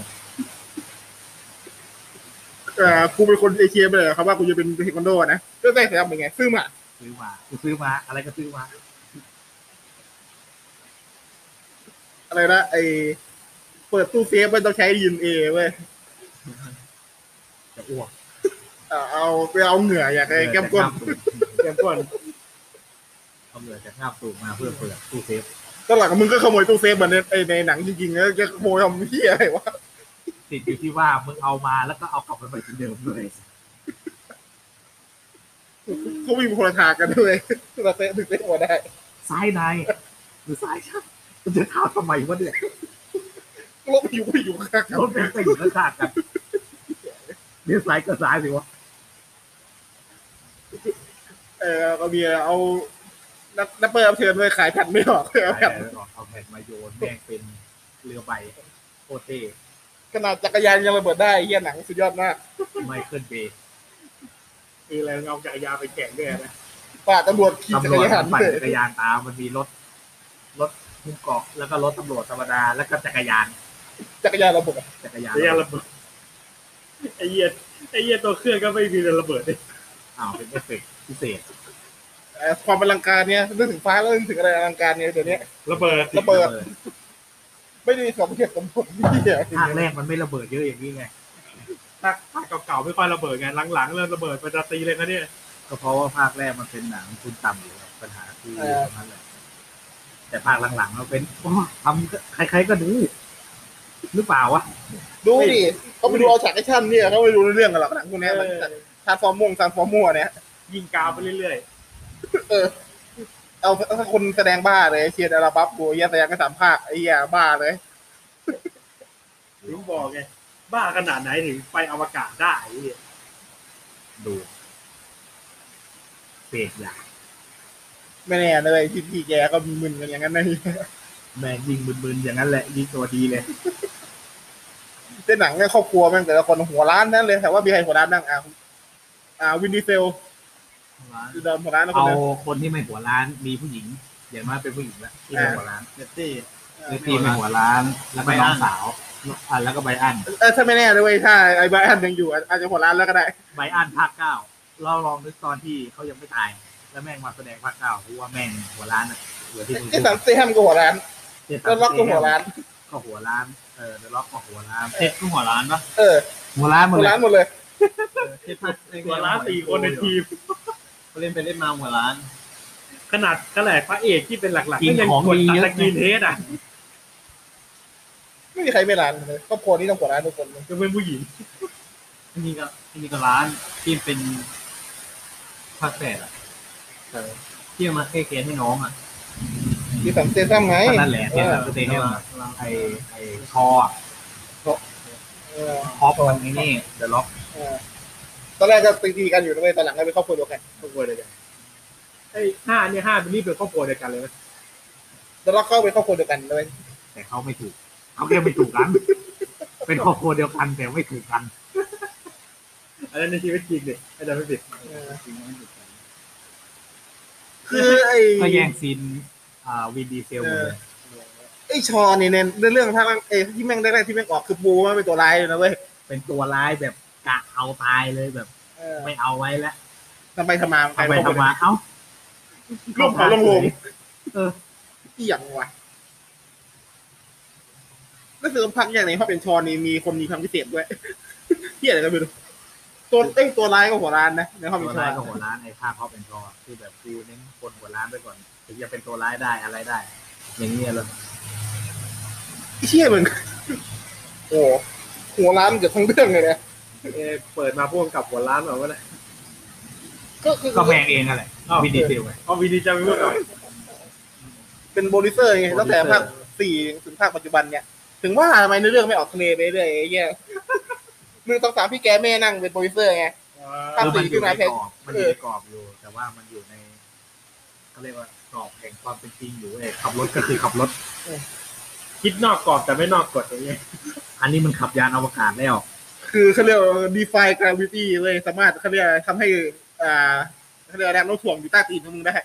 S2: เอ่อกูเป็นคนเอเชียไปเลยเหรอครับว่ากูจะเป็นเทควันโดนะเรื่องแรกเสร็จแล้วเป็นไงซื้อมา
S3: ซื้อมากูซื้อมา อะไรก็ซื้อมา
S2: อะไรนะไอเปิดตู้เซฟไม่ต้องใช้ดีเอ็นเอเว้ย
S3: จะอ้วก
S2: เอ่อเอาไปเอาเหงื่ออยากไอ้แก้มก้น
S4: เต็มก้น
S3: เอาเหงื่อจากงาบสูบมาเพื่อเปิดตู้เซฟ
S2: ตอนหลังมึงก็ขโมยตู้เซฟเหมือนในไอ้ในหนังจริงๆแล้วจะขโมยทำเหี้ยอะไรวะ
S3: ติดอยู่ที่ว่ามึงเอามาแล้วก็เอากลับไปเหมือนเดิมเลย
S2: เขามีคนละทางกันด้วยตู้เซฟถึงได้หัวได้
S3: ซ้ายในหรือซ้ายช่างมันจะท้ามทำไมวะเนี่ย
S2: รถอยู่ก็อยู่ข้าง
S3: รถเป็นไปอยู่ข้างๆกันเดี๋ยวซ้ายก็ซ้ายสิวะ
S2: ๆเออก็มีเอานักนักเปิดรับเชิญไว้ขายแผ่นไม่ออก [LAUGHS] เลยเอาแผ่น
S3: เอาแผ่นมาโยนแม่งเป็นเรือใบโคตรเท่
S2: ขนาดจักรยานยังระเบิดได้เฮียหนังสุดยอดมาก
S3: ไมเคิลเบย์
S4: คืออะไรเอาจักรยานไปแข่งด้วยนะ
S2: ป่าตำรวจขี่จั
S3: ตำ
S2: ก
S3: ร
S2: ร
S3: วจ
S2: ยาน
S3: ปั่น
S2: เลย
S3: จักรยานตามมันมีรถ รถมุมเกาะแล้วก็รถตำรวจธรรมดาแล้วก็จักรยาน
S2: จักรยานระเบิด
S3: จักรยาน
S4: ไอ้เหี้ยระเบิดไอ้เหี้ยไอ้เหี้ยตัวเครื่องก็ไม่มีระเบิดเลย
S3: อ้าวเป็นเอฟเฟกต์พิเศษ
S2: เอ่อความอลังการเนี่ยนึกถึงฟ้าแล้วนึกถึงอะไรอลังการเนี่ยเดี๋ยวนี้
S4: ระเบิด
S2: ระเบิด ไม่ได้สมเหตุสมผลเฮีย
S3: ภาคแรกมันไม่ระเบิดเยอะอย่างนี้ไง
S4: ภาคภาคเก่าๆไม่ค่อยระเบิดไงหลังๆเริ่มระเบิดไปจะตีเลยนะเนี่ย
S3: ก็เพราะว่าภาคแรกมันเป็นหนังทุนต่ำอยู่ครับปัญหาคือตรงนั้นแหละแต่ภาคหลังๆมันเป็นโอ้ทำใครๆก็ดูหรือเปล่าวะ
S2: ดูดิเขาไปดูเอาฉากแอคชั่นเนี่ยเขาไปดูเรื่องกันหรอกหนังพวกเนี้ยมันทาร์ฟอร์มวงทาร์ฟอร์มัวเนี่ย
S4: ยิงกาวไปเรื่อย
S2: เอาถ้าคนแสดงบ้าเลยเชียร์ดาราบัฟกูเฮียแสดงกันสามภาคไอ้เฮียบ้าเลย
S4: ๆถึงบอกไงบ้าขนาดไหนถึงไปอวกาศได้ไอ้เหี้ย
S3: ดูเปรกอย่าง
S2: ไม่แน่นะเลยที่พี่แกก็มึนกันอย่างนั้นนะเหี้ย
S3: แม่งยิงมึนๆอย่างนั้นแหละยิงตัวดีเลย
S2: แต่หนังเนี่ยครอบครัวแม่งแต่ละคนหัวร้านนั่นเลยแต่ว่ามีใครหัวร้านนั่งอ่ะอ่าวินดีเซลคือเดิมหัวร้านนะคน
S3: เอา
S2: นึง
S3: คนที่ไม่หัวร้านมีผู้หญิงอย่างน้อยเป็นผู้หญิงละที่ไม่หัวร้าน
S1: เบตตี้
S3: เลตี้ไม่หัวร้าน แล้วก็น้องสาวอ่ะแล้วก็ไบอัน
S2: เออถ้าไม่แน่เลยเว้ยถ้าไอ้ไบรอันยังอยู่อาจอาจจะหัวร้านแล้วก็ได้
S3: ไบอันภาคเก้าเราลองนึกตอนที่เขายังไม่ตาย แล้วแม่งมาแสดงภาคเก้าเพราะว่าแม่งหัวร้านอะเหมือนที่มึง
S2: ไอ้
S3: พูด
S2: [LAUGHS] สามเซฮัมก็หัวร้าน
S3: เนี่ย
S2: แล้วล็อกตัวหัวร้าน
S3: ก็หัวร้านเออเดอะล็อกก็หัวร้าน
S1: เพชรก็หัวร้านปะ
S2: เออ
S3: หัวร้านหมด
S2: หัว
S3: เล
S2: ร้าย นหมดเลย
S4: หัวล้านสี่คนในทีม
S1: เขาเล่นไปเล่นมาหัวร้าน
S4: ขนาดขนาดพระเอกที่เป็นหลักๆ
S3: กิน
S4: ก็ยัง
S3: ของ
S4: กด
S3: ดี
S4: ตะ
S3: เยอะ
S4: ตะกินเทสอ่ะ
S2: ไม่มีใครไม่ร้านเลยครอบครัวนี้ต้องหัวร้านทุกคนเลย
S4: ยังเป็นผู้หญิง
S1: ที่นี่ก็ที่นี่ก็ร้านที่เป็นภาคแปดอ่ะเออที่เอามาให้เคสให้น้องอ่ะ
S2: มีสัมเซซัมไง
S3: ก็นั่นแหละเนี่ยสเตเนียมอะไอไอคออะ
S2: เออ
S3: คอปวันนี้นี่เดอะล็อก
S2: เออตอนแรกก็ตีๆกันอยู่ด้วยตอนหลังก็เป็นครอบครัวเดียวกัน
S4: ครอบครัวเดียวกันไอ้ห้าเนี่ยห้าเป็นนี่เป็นครอบครัวเดียวกันเลยนะ
S2: แล้วล็อกเข้าเป็นครอบครัวเดียวกันเลย
S3: แต่เขาไม่ถูกเขาแค่ไม่ถูกกัน เป็นครอบครัวเดียวกันแต่ไม่ถูกกัน
S4: อันนั้นในชีวิตจริงเนี่ยอาจารย์ไม่ผิด
S2: เออคือไอ้
S3: ก็แย่งซีนอ่าวินดีเซลหมดเลย
S2: ไอ้ชอนี่เนี่ยเรื่องถ้ามันเอยที่แม่งแรกๆที่แม่งออกคือปูมันเป็นตัวร้ายเลยนะเว้ย
S3: เป็นตัวร้ายแบบกะเอาตายเลยแบบ
S2: เออ
S3: ไม่เอาไว้แล้ว
S2: ทำไมทำมา
S3: ทำไปทำมาเอ้า
S2: ลูกเขาลงลง
S3: เออ
S2: อีหยังวะนั่นคือพักอย่างไหนเพราะเป็นชอนี่มีคนมีความพิเศษด้วยเฮียอะไรก็ไม่รู้ตัวเอ้ยตัวร้ายก็หัวร้านนะในห้องมี
S3: ตัว
S2: ชอ
S3: ร้าย
S2: น
S3: กับหัวร้านไอ้ภาพเขาเป็นรอที่แบบฟิวเน้นคนหัวร้านไปก่อนถึงจะเป็นตัวร้ายได้อะไรได้ อย่างเงี้ยเลย
S2: ไอ้เชี่ยมึง [LAUGHS] โอ้โหหัวร้านเกือบทั้งเรื่องเลยนะ
S4: เออเปิดมาพวกกับหัวล้านแบบว่านะ
S2: ก็คือ
S3: ก็แมงเองนั่นแหละวินดีเซลไง
S4: เอาวีดีจะไม่พูดหน่อย
S2: เป็นโปรดิวเซอร์ไงตั้งแต่ภาคสี่ถึงภาคปัจจุบันเนี่ย ถึงว่าทำไมในเรื่องไม่ออกทะเลไปเรื่อยไอ้เหี้ยมือต้องสามพี่แกแม่นั่งเป็นโปรดิวเซอร์ไง
S3: เออมันอยู่ในกรอบมันอยู่ในกรอบอยู่ แต่ว่ามันอยู่ในเขาเรียกว่ากรอบแห่งความเป็นจริงอยู่เอยขับรถก็คือขับรถ
S4: คิดนอกกรอบแต่ไม่นอกกฎอย่างเงี้ย
S3: อันนี้มันขับยานอวกาศแล้ว
S2: คือเขาเรียกว่า defy gravity เลยสามารถเขาเรียกทำให้ อ่าเขาเรียกแรงโน้มถ่วงอยู่ใต้ตีนของมึงได้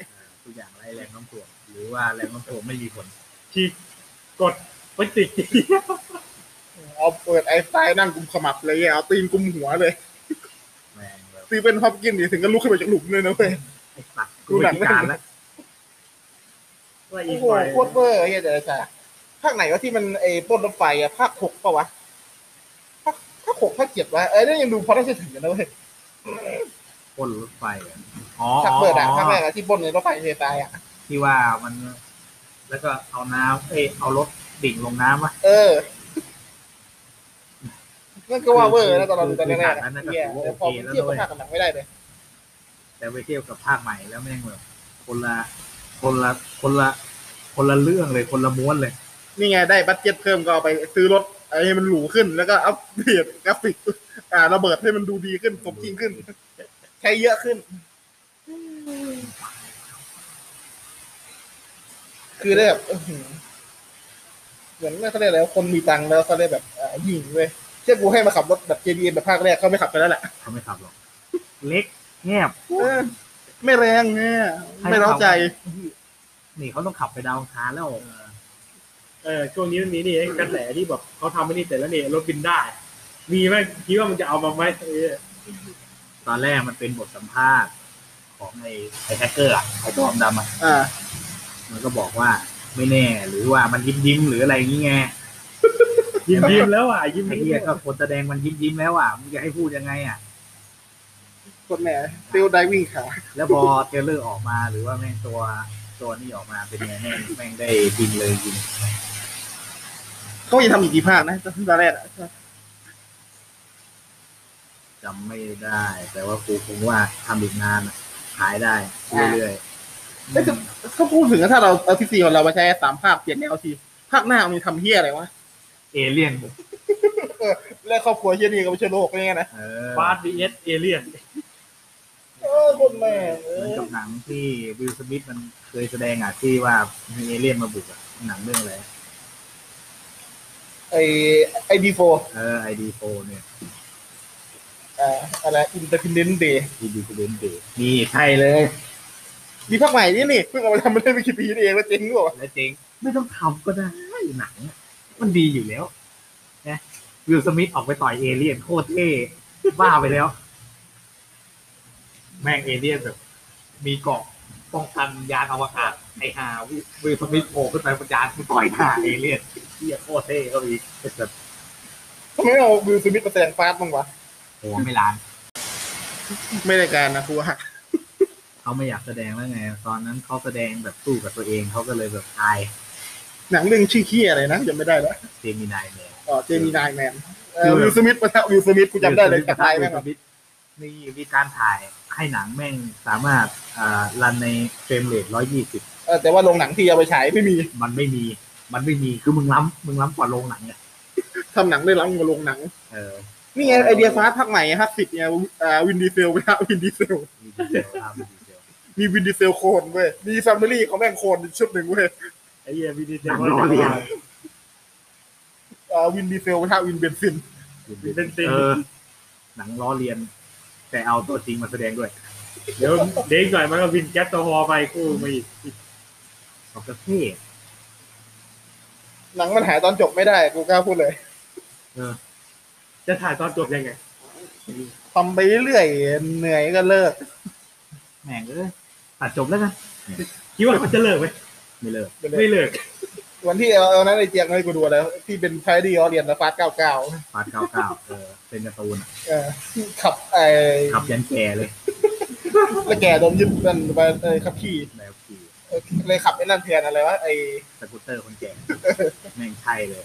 S3: ตัวอย่างไรแรงโน้ำถ่วงหรือว่าแรงโน้ำถ่วงไม่มีผล
S4: ที่กดมันติด
S2: เอาเปิดไอ้ไซนั่งกุมขมับเลยเอาตีนกุมหัวเลย
S3: แมงแบบ
S2: ซีเป็นฮอปกินส์นี่ถึงก็ลุกขึ้นมาจากหลุมเลยนะเว้ย
S3: ไอ้ตัด
S2: ดูหนัง
S3: พิการแล้ว
S4: ว่าอี
S2: โอ้
S4: ก
S2: โห
S4: ฝ่าย
S2: โคตรเวอร์เฮียเดี๋ยวจะภาคไหนวะที่มันไอ้ปล้นรถไฟอะภาคหกปะวะภาคภาคหกภาคเจ็ดวะเอ้ยนี่ยังดูพอได้เชื่อถือกันนะเว้ย
S3: พ่นรถไฟอะอ๋อ
S2: ฉาก
S3: อ๋อ
S2: เปิดอะ
S3: อ๋
S2: ภาค
S3: อ
S2: แรกอะที่ปล้นในรถไฟเทตายอะ
S3: ที่ว่ามัน แล้วก็เอาน้ำเอยเอารถดิ่งลงน้ำวะ
S2: เออนั่นก็ว่าเวอร์นะตอนเราดูตอนแรกๆอะเฮียแต่พอเทียบกับภาคหลังๆไม่ได้เลย
S3: แต่ไปเที่ยวกับภาคใหม่แล้วแม่งแบบคนละคนละคนละคนละเรื่องเลยคนละม้วนเลย
S2: นี่ไงได้บัตเจ็ตเพิ่มก็เอาไปซื้อรถไอ้ให้มันหรูขึ้นแล้วก็อัปเดตกราฟิก อ่าระเบิดให้มันดูดีขึ้นสมจริงขึ้น ใช้เยอะขึ้น คือได้แบบอื้อหือเหมือนไม่เขาเรียกอะไรวะคนมีตังค์แล้วเขาได้แบบอ่ายิงเว้ยเช่นกูให้มาขับรถแบบ JDM แบบภาคแรกเขาไม่ขับไปแล้วแหละ
S3: เขาไม่ขับหรอก เล็กแคบ
S2: เออไม่แรงเนี่ยไม่ร้าใจ
S3: นี่เขาต้องขับไปดาวอังคารแล้ว
S4: เออช่วงนี้มันมีนี่ไอ้กระแสที่แบบเขาทำไม่นี่เสร็จแล้วเนี่ยรถบินได้ มีไหมคิดว่ามันจะเอามาไหมเออ
S3: ตอนแรกมันเป็นบทสัมภาษณ์ของไอ้ไอ้แฮกเกอร์อะไอ้ตัวดำๆอะ
S2: อ่า
S3: มันก็บอกว่าไม่แน่ หรือว่ามันยิ้มยิ้มๆหรืออะไรอย่างเงี้ย
S4: ยิ้มยิ้มแล้วอ่ะ ยิ้ม
S3: ไอ้
S4: ยิ้ม
S3: เหี้ยก็คนแสดงมันยิ้มยิ้มๆแล้วอ่ะมึงจะให้พูดยังไงอ่ะ
S2: คนแหนติวไดวิ่งขา
S3: แล้วพอเทรลเลอร์ออกมาหรือว่าแม่งตัวตัวนี่ออกมาเป็นไงแม่งแม่งได้บินเลยจริง
S2: เขาจะทำอีกกี่ภาคนะตอนแรกอะ
S3: จำไม่ได้ แต่ว่ากูคงว่าทำอีกนานอะขายได้เรื่อย
S2: แต่จะ ก็พูดถึงนะถ้าเราเอาทีซีของเรามาใช้สามภาคเปลี่ยนแนวทีภาคหน้ามันทำเฮียอะไรวะ
S3: ๆเอเลี่ยน
S2: เรื่องครอบครัวเฮียนี่ก็ไม่ใช่โลกอะไรเงี้ยนะ
S3: เออ
S4: ฟาสต์ดีเอสเอเลียน
S2: เออคนแม่งเอ
S3: เหมือน
S2: อ
S3: กับหนังที่วิลสมิธมันเคยแสดงอ่ะที่ว่ามีเอเลี่ยนมาบุกอ่ะหนังเรื่องอะไร
S2: ไอไอดีโฟ
S3: เออไอดีโฟเนี่ย
S2: อ่าอะไรอินเตอร์พินเดนเดย์
S3: ที่ดีคูเบนเดนี่ใช่เลย
S2: มีภาคใหม่นี่นี่เพิ่งเอามาทำมาได้ไม่กี่ปีนี่เองแล้วเจ๊งหรือเปล่าวะ
S3: และเจ๊งไม่ต้องทำก็ได้หนังอะมันดีอยู่แล้วนะวิลสมิธออกไปต่อยเอเลี่ยนโคตรเท่บ้าไปแล้ว แม่งเอเลี่ยนแบบ มีเกาะ
S7: ป้องกันยานอวกาศไอหาวิวิวสมิธโผล่ขึ้นไปบนยานมันต่อยหน้าเอเลี่ยนเที่ยโคตรเท่เขาอีกแบบ
S2: ทำไมไม่เอาวิลสมิธมาแสดงฟาสบ้างวะ
S7: โหไม่ล้าน
S2: ไม่ได้การนะครูว่า
S3: เขาไม่อยากแสดงแล้วไง ตอนนั้นเขาแสดงแบบสู้กับตัวเองเขาก็เลยแบบอาย
S2: หนังเรื่องชื่อเคียอะไรนะจำไม่ได้แล้ว
S3: เจมินายแมน
S2: อ๋อเจมีนายแมนวิลสมิธปะทะวิลสมิธกูจำได้เลยกับตายแม่งอะ
S3: นี่มีการถ่ายให้หนังแม่งสามารถอ่ารันในเฟรมเรทร้อยยี่สิบ
S2: เออแต่ว่าโรงหนังที่เอาไปฉายไม่มี
S3: มันไม่มี มันไม่มีคือมึงล้ำมึงล้ำกว่าโรงหนังเนี่ย
S2: ทำหนังได้รับกว่าโรงหนัง
S3: เออ
S2: นี่ไงไอเดียฟาสภาคใหม่ฮัตสิบเนี่ยอ่าวินดีเซล [LAUGHS] ไปฮะวินดีเซล
S3: มีดีเซลล้ำมีดีเซล
S2: มีวินดีเซลโคลนเว้ย มีแฟมิลี่เขาแม่งโคลนชุดหนึ่งเว้ย
S4: ไอ้เหี้ยวิดีเซล
S7: หนังโรงเรียน
S2: อ่าวินดีเซลไปฮะวินเบนซิน
S4: เป็นเต็ม
S3: เออ หนังล้อเลียน แต่เอาตัวจริงมาแสดงด้วย
S4: เดี๋ยวเด็กหน่อยมันก็วินแก๊สตอฮอล์ไปกูมาอีก
S3: สองกระเท่
S2: หนังมันหายตอนจบไม่ได้ กูกล้าพูดเลย
S4: จะถ่ายตอนจบยังไง
S2: ทำไปเรื่อยๆเหนื่อยก็เลิก
S3: แม่งเอ้ยตัดจบแล้วกัน
S4: คิดว่าเขาจะเลิกไหม
S3: ไม่เลิก
S4: ไม่เลิก
S2: วันที่เอาเอานั้นไอเจียงให้กูดูแล้ว ที่เป็นพายดีออเรียนนะฟาสเก้าเก้า
S3: ปาดเก้าเก้าเออ เป็นการ์ตูนอะ
S2: เออขับไอ
S3: ขับยันแก่เลย
S2: แล้วแก่โดนยึดเป็นไปเออขับขี่
S3: แนวขี่
S2: เออเลยขับไอ้นั่นแทนอะไรวะไอ
S3: สกูตเตอร์คนแก่ [LAUGHS] แม่งใช่เลย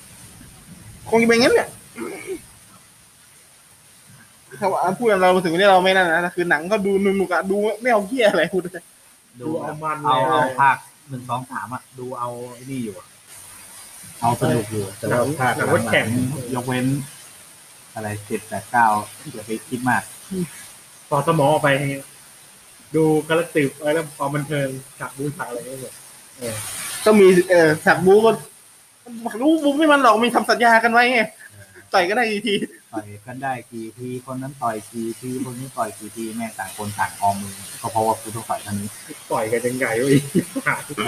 S2: คงจะเป็นงั้นเนี่ยถ้าว่าพูดกันเราถึงวันนี้เราไม่นั่นนะคือหนังก็ดูนุ่มๆอะดูไม่เอาเหี้ยอะไรพูดเลย
S3: ดู
S4: ดูเอามัน
S3: เอา
S4: เลย
S3: เอาภาคหนึ่งสองสามอ่ะ ดูเอาไอ้นี่อยู่อะเอาสนุกอยู่ แต่ว่าภาค
S4: หนังรถแข่ง
S3: ยกเว้น อะไรเจ็ดแปดเก้าอย่าไปคิดมาก
S4: ต่อสมองออกไป ดูกระติบอะไรแล้วความบันเทิงฉากบูฉากอะไรอย่างเงี้ยหมด
S2: ก็มีเออฉากบู๊ก็รู้บู๊ไม่มันหรอกมีทำสัญญากันไว้ไงต่อยก็ได้อีกที
S3: ต่อยกันได้กี่ทีคนนั้นต่อยกี่ทีคนนี้ต่อยกี่ทีแม่งต่างคนต่างออมมือก็เพราะว่ากูต้องต่อยเท่านี้
S4: ต่อยกันยังไงวะอีก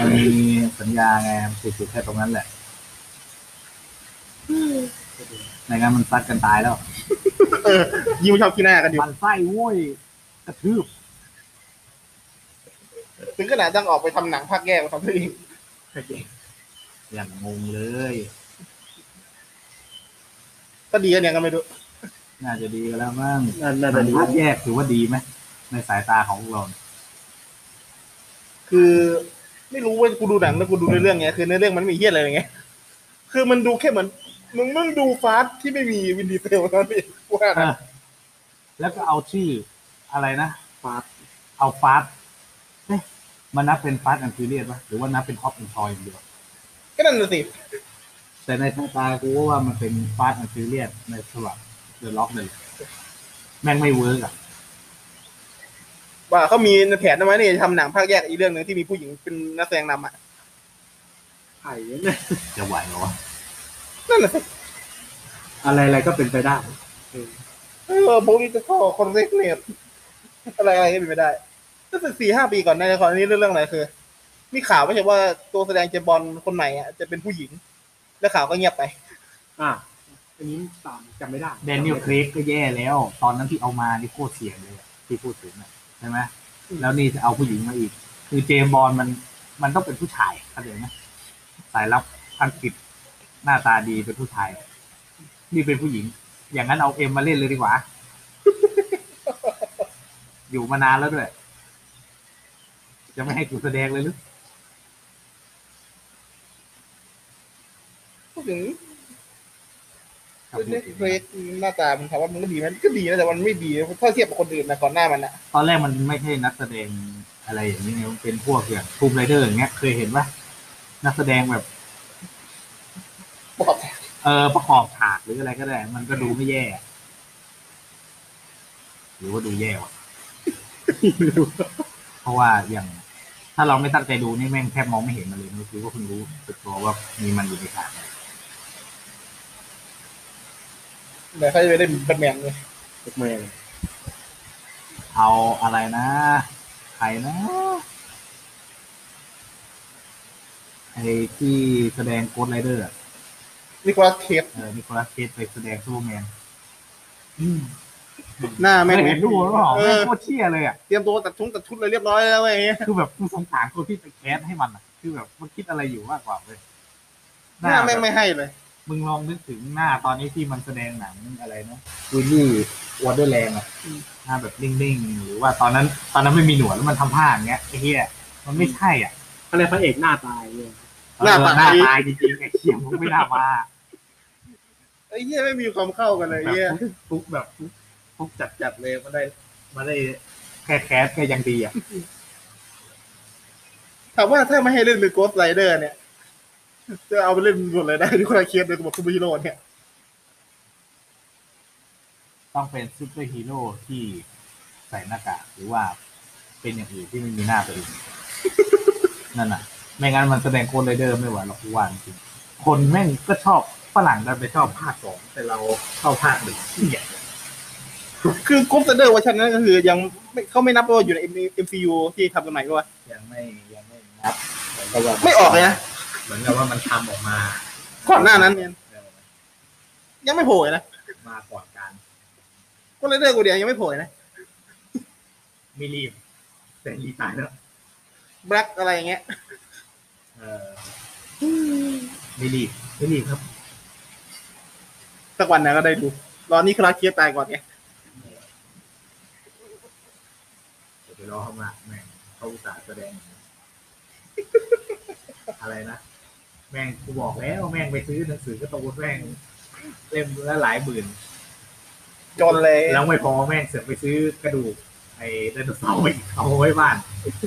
S3: มันมีสัญญาไงมันติดอยู่แค่ตรงนั้นแหละไม่งั้นมันซัดกันตายแล้ว
S2: เออยิวชอบขี้หน้ากันอยู่
S3: มันไส้โว้ยกระทืบ
S2: ถึงขนาดต้องออกไปทำหนังภาคแยกมาทำตัวเอง
S3: อย่างงงเลย
S2: ก็ดีกันเนี่ยกันไปดู
S3: น่าจะดีกันแล้วมั้ง
S4: นั่น
S3: มั
S4: น่าน จะดี
S3: ภาพแยกถือว่าดีไหมในสายตาของพวกเรา
S2: คือไม่รู้เว่ากูดูหนังแล้วกูดูในเรื่องเนี้ยคือในเรื่องมันไม่มีเฮี้ยอะไรเลยไงคือมันดูแค่เหมือนมึงมึงดูฟาสที่ไม่มีวินดีเซลนั่นเองว่า
S3: เอ
S2: นะ
S3: อแล้วก็เอาชื่ออะไรนะ
S4: ฟาด
S3: เอาฟาสเอ๊ะมันนับเป็นฟาสแอนฟิเลียสปะหรือว่านับเป็นฮอปแอนทอยอย่างเดียว
S2: ก็นั่นน่ะสิ
S3: แต่ในสายตากูว่ามันเป็นฟาสต์อันฟิเลียสในสลับเดอะล็อกเลยแม่งไม่เวิร์กอ่ะ
S2: ว่าเขามีแผนเอาไว้นี่ทำหนังภาคแยกอีกเรื่องหนึ่งที่มีผู้หญิงเป็นนักแสดงนำอ่ะ
S4: ไผ่เนี่ย
S3: จะไหวเหรอวะ
S2: นั่นแหละสิ
S4: อะไรอะไรก็เป็นไปได้
S2: เออโบลิจะข้อคอนเซ็ปต์เนี่ยอะไรอะไรก็เป็นไปได้รู้สึกสี่ห้าปีก่อนในละครนี้เรื่องอะไรคือมีข่าวไม่ใช่ว่าตัวแสดงเจมส์บอลคนใหม่อ่ะจะเป็นผู้หญิง แล้วข่าวก็เงียบไป
S4: อ่ะอันนี้ตามจำไม่ได้
S3: แดเนียลครกก็แย่แล้ว ตอนนั้นที่เอามานี่โคตรเสี่ยงเลยอะที่พูดถึงอะใช่ไหมแล้วนี่จะเอาผู้หญิงมาอีก คือเจมส์บอลมัน มันต้องเป็นผู้ชายเข้าใจไหมสายลับอังกฤษหน้าตาดีเป็นผู้ชาย นี่เป็นผู้หญิง อย่างนั้นเอาเอ็มมาเล่นเลยดีกว่า [LAUGHS] อยู่มานานแล้วด้วย จะไม่ให้กูแสดงเลยหรือ
S2: พูดถึงคือเนี่ยเรสหน้าตามันถามว่ามันก็ดีไหมันก็ดีนะแต่มันไม่ดีถ้าเทียบกับคนอื่นนะก่อนหน้ามันอะ
S3: ตอนแรกมันไม่ใช่นักแสดงอะไรอย่างนี้ไงมันเป็นพวกอย่างทูมไรเดอร์อย่างเงี้ย เคยเห็นปะนักแสดงแบบ
S2: ประกอบ
S3: เออประกอบฉากหรืออะไรก็ได้ มันก็ดูไม่แย่ หรือว่าดูแย่วะ [LAUGHS] เพราะว่าอย่าง ถ้าเราไม่ตั้งใจดูนี่แม่งแทบมองไม่เห็นมันเลยนะคือว่าคุณรู้สึกตัวว่ามีมันอยู่ในฉาก
S2: เดี๋ยวเขาจะไปเล่นแบทแมนเลย
S4: ตกเมง
S3: เอาอะไรนะใครนะไอ้ที่แสดงโกดไรเดอร์
S2: นิโคลัสเคส
S3: เออนิโคลัสเคสไปแสดงซูเปอร์แมน
S2: หน้า
S3: ไม่
S2: แม่ง
S3: เห็นรูปหรอเปล่า
S2: เอ
S3: แม่ง
S2: อ
S3: โคตรเชี่ยเลยอ่ะ
S2: เตรียมตัวตัดชุงตัดชุดเลยเรียบร้อยแล้วไอ้เงี้ย
S3: คือแบบกูสงสารคนที่ไปแคสให้มันอะคือแบบมันคิดอะไรอยู่มากกว่าเลย
S2: หน้าแม่ง
S3: แบบ
S2: ไม่ให้เลย
S3: มึงลองนึกถึงหน้าตอนนี้ที่มันแสดงหนังอะไรนะวิลลี่วอเดอร์แลนด์อะหน้าแบบนิ่งๆ หรือว่าตอนนั้น ตอนนั้นไม่มีหนวดแล้วมันทำผ้าอย่างเงี้ยไอ้เหี้ยมันไม่ใช่อ่ะ
S4: เขาเรียกพระเอกหน้าตายเลย
S3: เออ
S2: หน้าตาย
S3: หน้าตายจริงๆไอ้เขียมมึงไม่น่ามา
S2: ไอ้เงี้ยไม่มีความเข้ากันเลยไอ้เงี้ย
S3: แบบทุกแบบทุกทุกจัด
S2: จัดเลยมันได้
S3: มาได้แค่แคสก็ยังดีอ่ะ
S2: ถามว่าถ้าไม่ให้เล่นหรือโกสไรเดอร์เนี่ย จะเอาไปเล่นหมดเลยได้ทุกคนละเคสเลยกับคุณบิโรเนี่ย
S3: ต้องเป็นซูเปอร์ฮีโร่ที่ใส่หน้ากากหรือว่าเป็นอย่างอื่นที่ไม่มีหน้าตัวเอง [LAUGHS] นั่นน่ะ ไม่งั้นมันแสดงโคนไรเดอร์ไม่ไหวหรอกกูว่าจริงๆคนแม่งก็ชอบฝรั่งดันไปชอบภาคสองแต่เราเข้าภาคหนึ่งเหี้ย
S2: คือโกสไรเดอร์เวอร์ชันนั้นก็คือยังไม่เขาไม่นับว่าอยู่ใน MCU ที่ทำกันใหม่ด้วย
S3: ยังไม่ยังไม่นับเหมือนกับว่า
S2: ไม่ออกเลยนะ
S3: เหมือนกับว่ามันทำออกมา
S2: ก่อนหน้านั้นเนี่ยยังไม่โผล่เลยนะ
S3: มาก่อนการ
S2: โกสไรเดอร์กูเดียวยังไม่โผล่เลยนะ
S3: ไม่รีบ แต่รีบตายแล้ว
S2: แบล็กอะไรอย่างเงี้ย
S3: เออไม่รีบไม่รีบครับ
S2: สักวันนะก็ได้ดู รอนี่คลาสเคสตายก่อนไง
S3: เดี๋ยวไปรอเขามาแม่งเขาอุตส่าห์แสดง [LAUGHS] อย่างนี้ อะไรนะ แม่งกูบอกแล้ว แม่งไปซื้อหนังสือการะตูนแม่งเล่มละหลายหมื่น
S2: จนเลย
S3: แล้วไม่พอแม่งเสือกไปซื้อกระดูกไอ้ไดโนเสาร์อีกเอาไว้บ้าน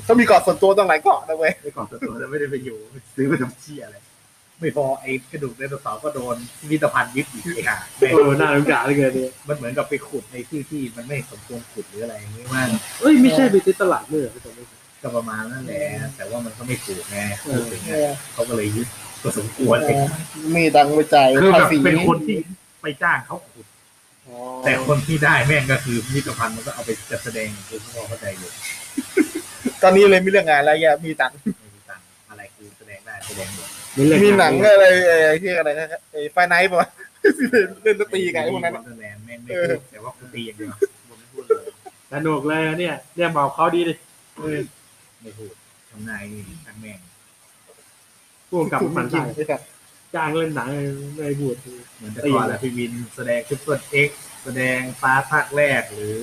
S2: เขามีเกาะส่วนตัวตั้งหลายเกาะนะเว้ย
S3: ไปก่อนตัวแล้วไม่ได้ไปอยู่ซื้อไปทำเชี่ยอะไรไม่พอไอ้กระดูกไดโนเสาร์ก็โดนพิพิธภัณฑ์ยึดอีกไอ้ห่าแม่ง
S4: เออหน้าสงสารเหลยเกินเนี่ย
S3: มันเหมือนกับไปขุดในที่ที่มันไม่สมควรขุดหรืออะไรอย่างนี้มัน
S4: เอ้ยไม่ใช่ไปติดตลาดเมื่อไหร่
S3: ก็ประมาณนั้นแหละแต่ว่ามันก็ไม่ถูกไง
S4: เออ
S3: ถึงไงเขาก็เลยยึดก็สมควรไอ้
S2: มีดังไปจ่าย
S3: คือ
S2: ภา
S3: แบบ
S2: ษี
S3: เป็นคนที่ไปจ้างเขาขุด
S2: อ๋อ
S3: แต่คนที่ได้แม่งก็คือพิพิธภัณฑ์มันก็เอาไปจัดแสดงคือพวกเข้าใจอยู่
S2: ตอนนี้เลยมีเรื่องงานอะไรแย่มีตังค์
S3: ไม่มีตังค์อะไรคือแสดงได้แสดงหมด
S2: มีหนังอะไรเอ่อที่อะไรนะไอ้ไฟไนท์ป่ะ [LAUGHS] เล่นดนตรีกับไอ้พวกนั้น
S3: ว
S2: อะ
S3: อนเดอร์แลนด์แม่งไม่พูดแต่ว่ากูตีอย่างเดียวผมไม่พูดเลย
S4: สนุกเลยเนี่ยเนี่ยบอกเขาดีดิ
S3: ไม่พูดทำนายนี่ทั้งแม่ง
S4: พวกกับมันได้
S2: ไอ้สัตว์
S4: จ้างเล่นหนังไม่บูด
S3: เหมือนแต่ก่อนแหละพี่วินแสดงชุดเปิดเอ็กแสดงฟ้าภาคแรกหรือ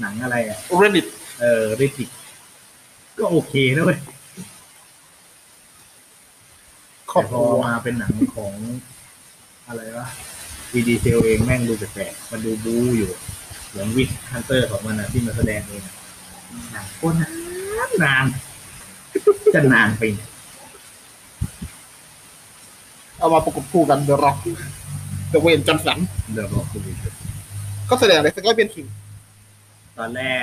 S3: หนังอะไรอ่ะ
S2: เรดิต
S3: เออริติกก็โอเคนะเว้ย
S2: ครอบ
S3: แต่พ
S2: ครั
S3: อ
S2: ว
S3: มาเป็นหนังของอะไรวะวีดีเซลเองแม่งดูแปลกๆมันดูบูอยู่เหมือนวิทฮันเตอร์ของมันนะที่มันแสดงเองอะหนังโคตรนานนาน จะนานไปไหน
S2: เอามาประกบคู่กันเดอะร็อกเดอะเวนจอนสัน
S3: เดี๋ยวบอกคุณวิน
S2: ก็แสดงอะไรสักร้อยเป็นขิง
S3: ตอนแรก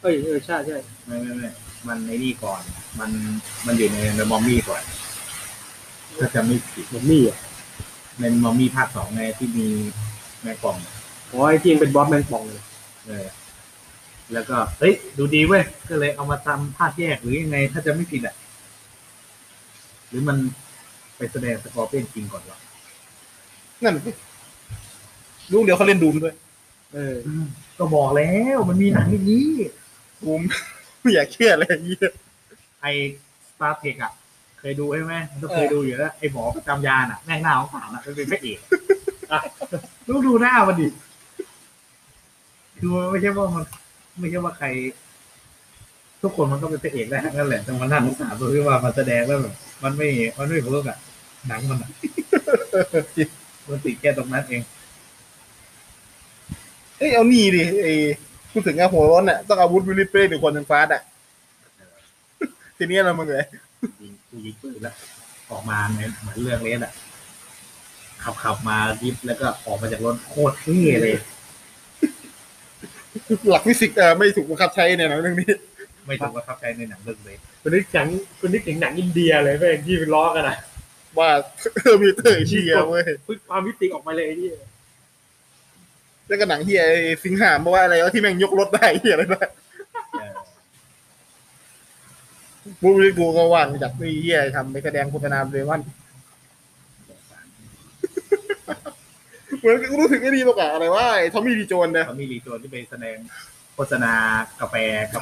S4: เอ้ยเออใช่ใช่
S3: ไม่ไม่ไม่มันในนี่ก่อน มันมันอยู่ในในมอมมี่ก่อนถ้าจำไม่ผิด
S4: ผมนี่อ่ะ
S3: ในมอมมี่ภาคสองไงที่มีแม่กล่อง
S4: อ๋อไอ้ที่ยังเป็นบอสแมนปองเลย
S3: เออแล้วก็เฮ้ย ดูดีเว้ย ก็เลยเอามาทำภาคแยกหรือยังไง ถ้าจะไม่ผิดอ่ะ หรือมันไปแสดงสกอร์เปียนจริงก่อนวะ
S2: นั่นสิลูกเดียวเขาเล่นดูมด้วย
S4: เออ
S3: ก็บอกแล้วมันมีหนังอย่างนี้
S2: ดูม [LAUGHS] ไม่อยากเชื่อเลยไอ้เหี้ย
S3: ไอสตาร์เทคอ่ะ เคยดูใช่ไหมมันก็เคยดูอยู่แล้วไอหมอประจำยานอ่ะแม่งหน้าของสารอ่ะมันเป็นพระเอกอ่ะ [LAUGHS] ลูกดูหน้ามันดิคือมันไม่ใช่ว่ามัน ไม่ใช่ว่าใคร ทุกคนมันก็เป็นพระเอกได้ทั้งนั่นแหละแต่มันน่าสงสารตรงที่ว่ามันแสดงแล้วแบบมันไม่มันไม่เวิร์กอ่ะหนังมันอะ [LAUGHS] มันติดแค่ตรงนั้นเอง
S2: เอ้ยเอานี่ดิไอ้พูดถึงอะหัวร้อนอ่ะต้องเอาวุธวิลลิเป้หรือคนทังฟ้าอ่ะ [LAUGHS] ทีนี้เรามึงเลย
S3: ยิงกูยิงปืนแล้วออกมาเหมือนเหมือนเรื่องเลสอ่ะ ขับขับมายิบแล้วก็ออกมาจากรถโคตรเท่เลย
S2: หลักฟิสิกส์เออไม่ถูกบังคับใช้ในหนังเรื่องนี้ [LAUGHS]
S3: ไม่ถูกประทับใจในหนังเรื่องเลส
S4: คุณนึกถึงคุณนึกถึงหนังอินเดียเลยแม่งที่เป็นล้อกันอ่ะ
S2: ว่า [LAUGHS] เออมีเตอร์เชียเว้ย
S4: พึ่งความวิติกออกมาเลยไอ้นี่
S2: แล้วก็หนังเฮียไอ้สิงหามว่าอะไรวะที่แม่งยกรถได้เฮียอะไรนะ
S3: เออ
S2: บูวิลกูก็ว่างจากไอ้เฮียทำไปแสดงโฆษณาเรวัน
S3: สงสาร
S2: เหมือนกูรู้สึกไม่ดีมากกว่าอะไรว่าทอมมี่ดีโจนเนี่ย
S3: เขามีรีโจนที่ไปแสดงโฆษณากาแฟกับ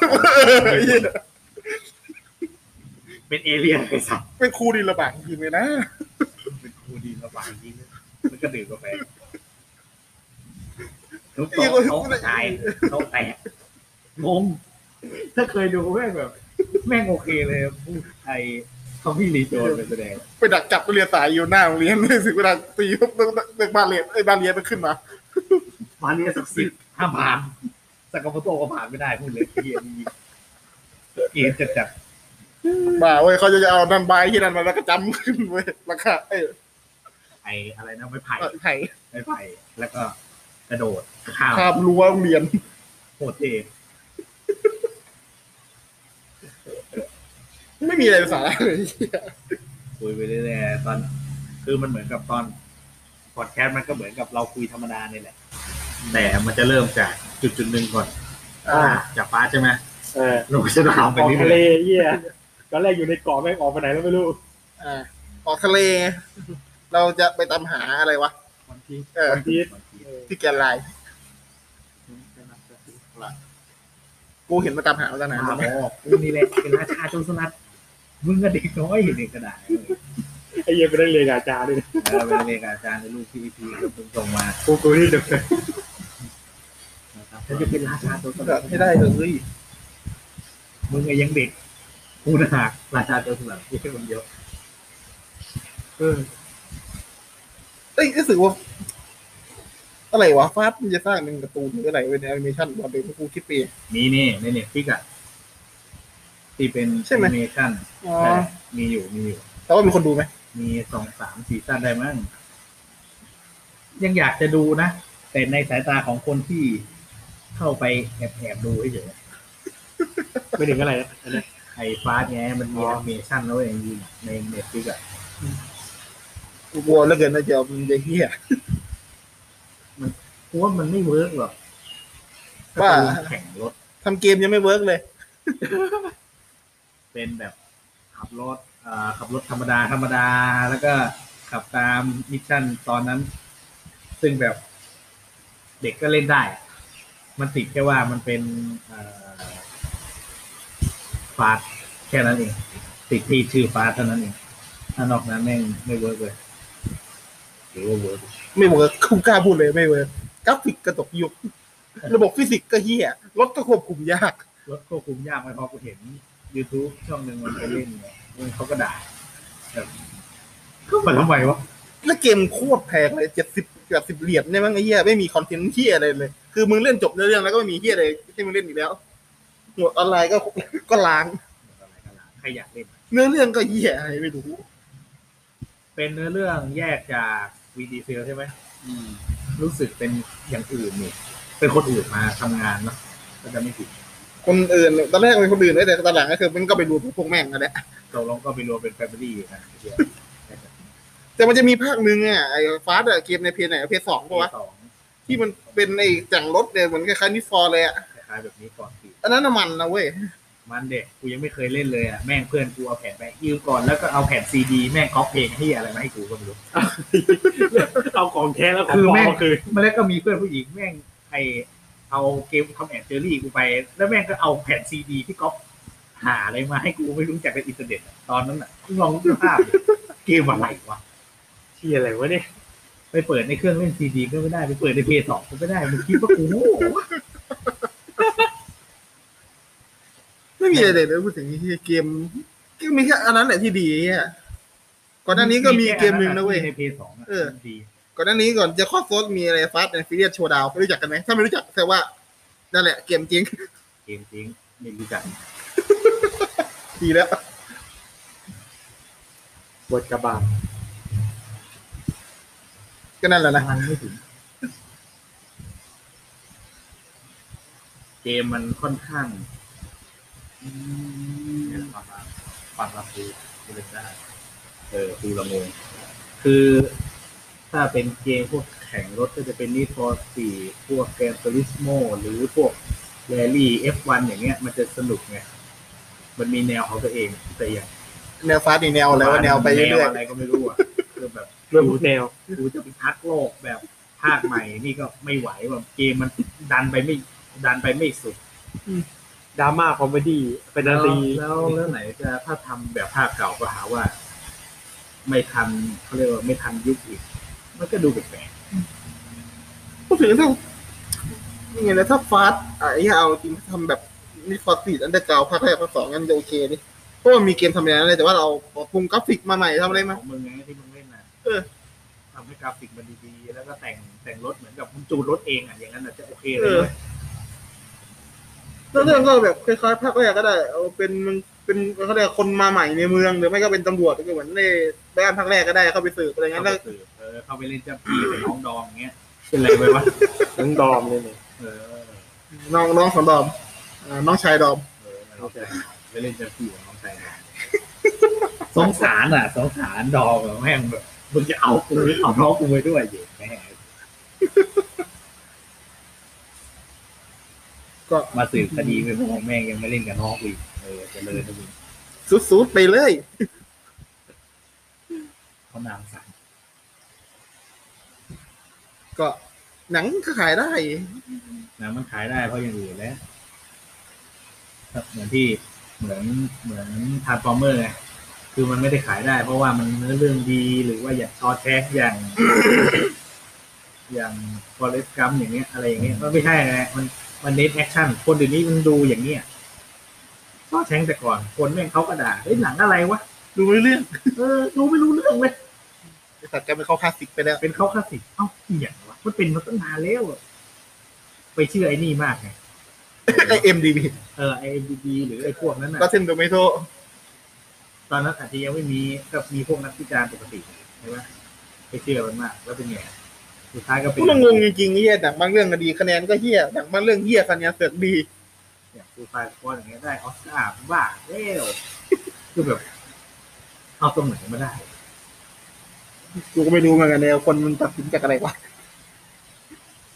S3: เป็นเอเลี่ยนไอ้สัตว์
S2: เป็นครูดินระบาดจริงเลยนะ
S3: เป็นครูดีระหว่างยิงมันก็ดื่มกาแฟทุกโตะเขาตายเขาแตกงง ถ้าเคยดูแม่งแบบ แม่งโอเคเลยพูดไทยเขามีรีโจนไปแสดง
S2: ไปดักจับตัวเรียนสายอยู่หน้าโรงเรียนเลยสิเวลาตีปุ๊บเด็กบานเรียนไอ้ยบานเรียนมันขึ้นมา
S3: มาเรียศักดิ์สิทธิ์ห้ามผ่านสากาโมโตะก็ผ่านไม่ได้พูดเลยเกียนเกียนจัดจัด
S2: มาเว้ยเขาจะเอานันบายที่นันมาแล้วก็จำขึ้นเว้ยราคาไอ้ย
S3: ไออะไรนะไม่ไผ่
S2: ไข่
S3: ไม่ไผ่แล้วก็กระโดดข้าม
S2: ภาพรั้วโรงเรียน
S3: โคตรเท่
S2: ไม่มีอะไรเป็นสาระเลยเหี้ย
S3: คุยไปเรื่อยๆตอน คือมันเหมือนกับตอนพอดแคสต์มันก็เหมือนกับเราคุยธรรมดาเนี่ยแหละ แต่มันจะเริ่มจากจุดจุดๆหนึ่งก่อน
S4: อ่า
S3: จากป้าใช่ไหม
S4: เออ
S3: เราก็จะลามไป
S4: ออก
S3: เรื่
S4: ทะเล
S3: อย
S4: เยี่ยตอนแรกอยู่ในเกาะแม่งออกไปไหนแล้วไม่รู้
S2: อ่าออกทะเล [LAUGHS] เราจะไปตามหาอะไรวะ
S3: ๆวันที่
S2: เออ
S4: วันที่
S3: วันที่
S2: ที่แกนไลน์กูเห็นมาตามหามาตั้งนาน
S3: มา
S2: แล้ว
S3: บ
S2: นะ
S3: อกกูนี่แหละเป็นราชาโจรสลัดมึงก็เด็กน้อยเด็กกระดาษ
S4: ไอ้เยี่ยไปได้เรียนกับอาจารย์ด้วยนะ
S3: เออเป็นเลขาอาจารย์ในลูกพี่พีคุณส่งมา
S4: กูกูนี่เด็ก
S3: ฉันจะเป็นราชาตัวส
S2: แบ
S3: ลั
S2: บ
S3: ด
S2: ไม่ได้เลย
S3: มึงไงยังเด็กกูนะหักราชาตัวสลัดพี่คนเดียว
S4: เออ
S2: เอ้ยรู้สึกว่าอะไรวะฟาดมันจะสร้างเป็นการ์ตูนหรืออะไรเป็นแอนิเมชันวันเดียวกูคิดปี
S3: มีนี่ในเน็ตฟิกอะที่เป็น
S2: ใช่ไหม
S3: แอนิเมชั่น
S2: อ๋อ
S3: ใช่มีอยู่มีอยู่
S2: แต่ว่ามีคนดูไหม
S3: มีสองสามซีซั่นได้มั้งยังอยากจะดูนะ แต่ในสายตาของคนที่เข้าไปแอบแอบๆดูเฉย
S4: ไม่ถึงอะไรนะ
S3: ๆไอ้ฟาสไงมันมีแอนิเมชั่นแล้วเองในเน็ตฟิกอะ
S2: กูกลัวเหลือเกินนะเจ้ามันจะเฮี้ย
S3: กูว่ามันไม่เวิร์กหรอก
S2: ว่า
S3: ถ้เป็นแข่งรถ
S2: ทำเกมยังไม่เวิร์กเลย
S3: เป็นแบบขับรถเอ่อขับรถธรรมดาธรรมดา แล้วก็ขับตามมิชชั่นตอนนั้น ซึ่งแบบเด็กก็เล่นได้ มันติดแค่ว่ามันเป็นฟาสแค่นั้นเอง ติดที่ชื่อฟาสเท่านั้นเองถ้านอกนั้นแม่งไม่เวิร์กเลยหรือว่าเวิร์ก
S2: ไม่เวิร์กคุณกล้าพูดเลยไม่เวิร์กกราฟิกกระตกยุค ระบบฟิสิกส์ก็เฮี้ยรถก็ควบคุมยาก
S3: รถควบคุมยากไหมเพราะกูเห็น YouTube ช่องหนึ่งมันไปเล่นเนี่ยมันเขาก็ด่าแบบก็มาทำไมวะ
S2: แล้วเกมโคตรแพงเลยเจ็ดสิบเกือบสิบเหรียญเนี่ยมั้งไอ้เหี้ยไม่มีคอนเทนต์เหี้ยอะไรเลย คือมึงเล่นจบเนื้อเรื่องแล้วก็ไม่มีเหี้ยอะไรที่มึงเล่นอีกแล้วหมดออนไลน์ก็ ก็ล้าง
S3: อะไรกันล่ะใครอยากเล่น
S2: เนื้อเรื่องก็เหี้ยอะไรไม่รู้
S3: เป็นเนื้อเรื่องแยกจากวีดีเซลใช่ไหมรู้สึกเป็นอย่างอื่นนี่เป็นคนอื่นมาทำงานเนาะก็จะไม่ผิด
S2: คนอื่นตอนแรกเป็นคนอื่นไว้แต่ตอนหลังก็คือมันก็ไปดูพวกแม่งนั่นแหละ
S3: ตกลงก็ไปรวมเป็นแฟมิลี่นะเดี๋ยว
S2: แต่มันจะมีภาคหนึ่งอ่ะไอ้ฟาสอะเกมในเพย์ไหนเพย์สองปะวะ
S3: สอง
S2: ที่มันเป็นไอ้แต่งรถเนี่ยเหมือนคล้ายๆนิฟอร์เลยอ่ะ
S3: คล้ายๆแบบนี้ก่อนสิ
S2: อันนั้นน่ะมันนะเว้ย
S3: มันเด็กกูยังไม่เคยเล่นเลยอ่ะแม่งเพื่อนกูเอาแผ่นไปยืมก่อนแล้วก็เอาแผ่นซีดีแม่งก๊อปเพลงที่อะไรมาให้กูก็ไม่รู้
S4: เอาของแท้แล้วของ
S3: คือ
S4: ปลอม
S3: แม่ง
S4: ก็คือ
S3: มาแล้วก็มีเพื่อนผู้หญิงแม่งไอเอาเกมทำแอนเจอรี่กูไป แล้วแม่งก็เอาแผ่นซีดีที่ก๊อปหาอะไรมาให้กูไม่รู้จักในอินเทอร์เน็ตอะตอนนั้นอ่ะลองดูภาพดิเกมอะไรวะ
S4: ที่อะไรวะเนี่ย
S3: ไปเปิดในเครื่องเล่นซีดีก็ไม่ได้ไปเปิดในเพย์สองก็ไม่ได้มึงคิดว่ากูโง่วะ
S2: ไม่มีอะไรเลยนะพูดถึงเกมเกมมีแค่อันนั้นแหละที่ดีอะก่อนหน้านี้ก็มีเกมหนึ่งนะเว้ย
S3: ในเพย์สอง
S2: เออ
S3: ดี
S2: ก่อนหน้านี้ก่อนจะข้อโซดมีอะไรฟาสต์แอนฟิเลียสโชว์ดาวไม่รู้จักกันไหมถ้าไม่รู้จักแต่ว่านั่นแหละเกมจริง
S3: เกมจริงไม่รู้จัก
S2: ดีแล้ว
S4: บทกระบาล
S2: ก็นั่นแหละนะ
S3: มันไม่ถึง เกมมันค่อนข้างเนี่ยความรักความรับรู้ที่เป็นได้เออดูละงงคือถ้าเป็นเกมพวกแข่งรถก็จะเป็นนี่ฟอร์สี่พวกแกน t ริสโมหรือพวกแรลลี่ F1 อย่างเงี้ย มันจะสนุกไงมันมีแนวของตัวเองแต่อย่าง
S2: แนวฟาสต์นี่แนวแล้วแนวไปเรื่อย
S3: ๆอะไรก็ไม่รู้อ่ะคือแบบ
S4: เรื่องรูแนว
S3: กูจะพิทักษ์โลกแบบ ภาคใหม่นี่ก็ไม่ไหวแบบเกมมันดันไปไม่ดันไปไม่สุด
S4: ดราม่าคอมเมดี้เป็นนาตี
S3: แล้วแล้วไหนจะถ้าทำแบบภาคเก่าก็หาว่า ไม่ทันเขาเรียกว่าไม่ทันยุคอีก มันก็ดูแปลก
S2: พูดถึงถ้ายังไงนะถ้าฟาสต์อ่ะไอ้เหี้ยเอาจริงทำแบบนี่ฟอร์สีดอันเดอร์กราวภาคแรกภาคสองกันจะโอเคดิเพราะมันมีเกมทำอย่างนั้นเลยแต่ว่าเราปรับปรุงกราฟิกมาใหม่
S3: ๆ
S2: ทำอะไรมา
S3: ของมึงไงที่มึงเล่นนะ
S2: เออ
S3: ทำให้กราฟิกมันดีๆ แล้วก็แต่งแต่งรถเหมือนกับคุณจูนรถเองอ่ะอย่างนั้นอาจจะโอเคเลย
S2: แล้วเรื่องก็แบบคล้ายๆภาคแรกก็ได้เอาเป็นมันเป็นเขาเรียกคนมาใหม่ในเมืองหรือไม่ก็เป็นตำรวจก็เหมือนในแบรนด์ภาคแรกก็ได้เข้าไปสืบอะไรเงี้ยแล้ว
S3: เออเข้าไปเล่ [COUGHS] นจัมปีไปน้องดองอย่างเงี้ย เป็นไรไปวะ
S4: ทั้งดอมเลยเนี่ย
S3: เออ
S2: น้องน้องของดอมเอ่อน้องชายดอม
S3: เออน้องชายไปเล่นจัมปีของน้องชายดองสงสารอ่ะ สงสารดองอะแม่งแบบมึงจะเอากูหรือเอาน้องกูไปด้วยเหี้ยแม่ง
S2: ก็
S3: มาสืบคดีไปพวกแม่งยังไม่เล่นกับน้องกูอีกเออเจะเลยนะมึง
S2: สุดๆไปเลย
S3: เขานางสาร
S2: ก็หนังก็ขายได้
S3: นะมันขายได้เพราะอย่างอื่นแล้วครับเหมือนที่เหมือนเหมือนทาร์ฟอร์เมอร์ไงคือมันไม่ได้ขายได้ เพราะว่ามันเนื้อเรื่องดีหรือว่าอย่างชอตแท็กอย่าง [COUGHS] อย่างฟอเรสกัมอย่างเงี้ยอะไรอย่างเงี้ยมันไม่ใช่ไงมันมันเน้นแอคชั่นคนเดี๋ยวนี้มันดูอย่างเนี้ยชอตแท็กแต่ก่อนคนแม่งเขาก็ด่าเอ้ยหนังอะไรวะ
S2: ดูไม่เรื่อง
S3: เออดูไม่รู้เรื่องเลย
S2: แต่กลายเป็นเขาคลาสสิกไปแล้ว
S3: เป็นเขาคลาสสิกเอ้าเหี้ยงวะมันเป็นมาตั้งนานแล้วอะไปเชื่อไอ้นี่มากไง
S2: ไอ [LAUGHS] เอ็มดีบี
S3: เออไอ้บีบีหรือไอ้พวกนั้น
S2: ก็
S3: น่ะ
S2: เช่นโดเมโท
S3: ตอนนั้นอาจจะยังไม่มีก็มีพวกนักวิจารณ์ปกติใช่ไหมไปเชื่อมันมาก แล้วเป็นไงสุดท้ายก็เป็น
S2: พูดงงๆจริงๆเฮียหนังบางเรื่องก็ดีคะแนนก็เฮียหนังบางเรื่องเฮียคะแนนเสือกดี
S3: อย่างซูไฟสปอร์อย่างเงี้ยได้ออสการ์บ้า
S2: [LAUGHS]
S3: แล้วคือแบบเอาตรงไหนมาได้
S2: กูก็ไม่รู้เหมือนกันเนี่ยคนมันตัดสินจากอะไรวะ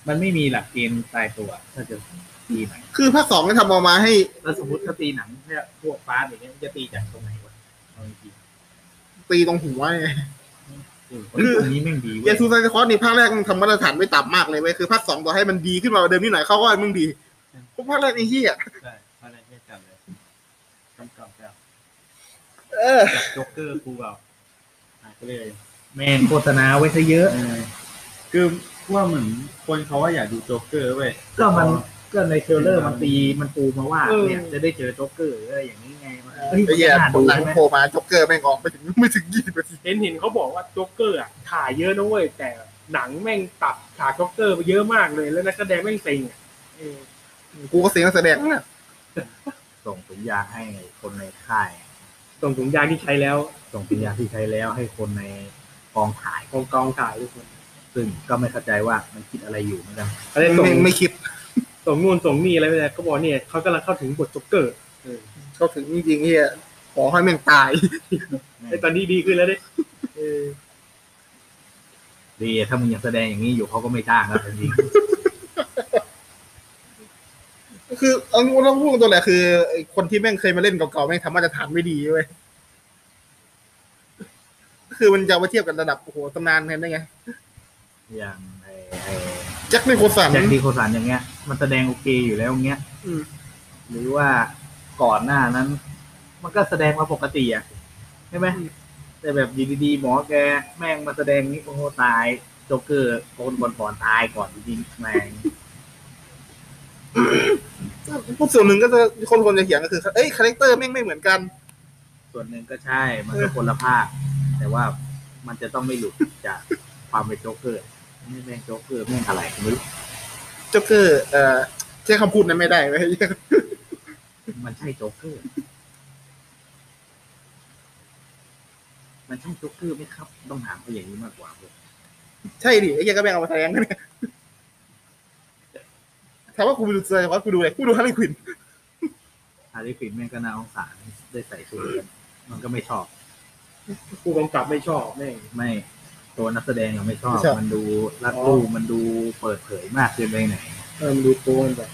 S3: มันไม่มีหลักเกณฑ์ตายตัว ถ้าจะตีหนัง
S2: คือภาคสองก็ทำออกมาให้
S3: แล้วสมมติถ้าตีหนังแค่พวกฟาสอย่างเงี้ยมันจะตีจากตรงไหนวะเอาจริง
S2: ตีตรงหัวไง
S3: ๆเออคนพวกนี้แม่งดีเว้
S2: เย
S3: ย
S2: ซูไซคอสนี่ภาคแรกมึงทำมาตรฐานไม่ต่ำมากเลยเว้ยคือภาคสองต่อให้มันดีขึ้นมาเดิมนิดหน่อยเขาก็ว่ามึงดีเพราะภาคแรกไอ้เฮีย
S1: ใช่อะไรแค่จัดเลยกำกับแบบ
S2: เออ
S1: จับโจ็อกเกอร์กูแบบหายไปเลย
S3: แม่งโฆษณาไว้ซะเยอะ
S1: คือว่าเหมือนคนเขาว่าอยากดูโจ๊กเกอร์เว้ย
S3: ก็มันก็ในเทรลเลอร์มันตีมันปูมาว่าเนี่ยจะได้เจอโจ๊กเกอร์อะไรอย่างนี้ไงมันเอ้ย
S2: ไอ้เหี้ย
S3: มันน่าดู
S2: หลัง
S3: ใช่ไหม
S2: โผล่มาจ็อกเกอร์แม่งออกไปถึง [LAUGHS] ไม่ถึงยี่สิบนาที
S4: เห็นเห็นเขาบอกว่าโจ็อกเกอร์อ่ะถ่ายเยอะนะเว้ยแต่หนังแม่งตัดฉากโจ็อกเกอร์ไปเยอะมากเลย แล้วนักแสดงแม่งเซ็งอะเออ
S2: กูก็เสียงนักแสดงนะ
S3: ส่งถุงยางให้คนในค่าย
S4: ส่งถุงยางที่ใช้แล้ว
S3: ส่งถุงยางที่ใช้แล้วให้คนในกองถ่าย
S4: กองกองถ่ายทุกคน
S3: ซึ่งก็ไม่เข้าใจว่ามันคิดอะไรอยู่เหมือนกัน
S4: อะไรส่ง
S2: ไม่ไม่คิด
S4: ส่งนู่นส่งนี่อะไรไม่ได้เขาบอกเนี่ยเขากำลังเข้าถึงบทโจ็อกเกอร์เออ
S2: เขาถึงจริงๆเฮียขอให้แม่งตาย
S4: ไอตอนนี้ดีขึ้นแล้วดิเออ
S3: ดีถ้ามึงยังแสดงอย่างนี้อยู่เขาก็ไม่จ้างแล้วจริง
S2: คือเอาเราพูดตรงๆแหละคือไอ้คนที่แม่งเคยมาเล่นเก่าๆแม่งทำมาตรฐานไม่ดีเว้ยคือมันจะเอามาเทียบกันระดับโอ้โหตำนานเห็นได้ไง
S3: ๆ [LAUGHS] อย่างไอ้ไอ้
S2: แจ็คนิโคลสัน
S3: แจ็คดีโคสันอย่างเงี้ย มันแสดงโอเคอยู่แล้วอย่างเงี้ย
S2: อืม
S3: หรือว่าก่อนหน้านั้น มันก็แสดงมาปกติอ่ะใช่ไหม แต่แบบอยู่ดีๆหมอแกแม่งมาแสดงนี่โอ้โหตายโจ๊กเกอร์คนก่อนก่อนๆตายก่อนจริงๆแม่ง
S2: พวกส่วนหนึ่งก็จะคนคนจะเถียงก็คือเอ้ยคาแรคเตอร์แม่งไม่เหมือนกัน
S3: ส่วนหนึ่งก็ใช่ มันก็คนละภาค แต่ว่ามันจะต้องไม่หลุดจากความเป็นโจ๊กเกอร์นี่แม่งโจ๊กเกอร์แม่งอะไรก็ไม่รู้
S2: เจ้าเกอร์เอ่อใช้คำพูดนั้นไม่ได้เว้ย [LAUGHS]
S3: มันใช่โจ๊กเกอร์ มันใช่โจ๊กเกอร์ไหมครับ ต้องถามเขาอย่างนี้มากกว่าผม
S2: ใช่ดิไอ้เหี้ยก็แม่งเอามาแสดงกันเนี่ยถามว่ากูไปดูเซอร์ว่ากูดูอะไรกูดูฮาร์ลีควิน
S3: ฮาริฟินแม่งก็น่าสงสารได้ใส่ชุดกันมันก็ไม่ชอบ
S4: ผู้กำกับไม่ชอบแม่ง
S3: ไม่ตัวนักแสดงยังไม่ชอบ
S2: ไม่ชอบ
S3: มันดูรัดรูปมันดูเปิดเผยมากเกินไปไหน
S4: เออมันดูโกนแบบ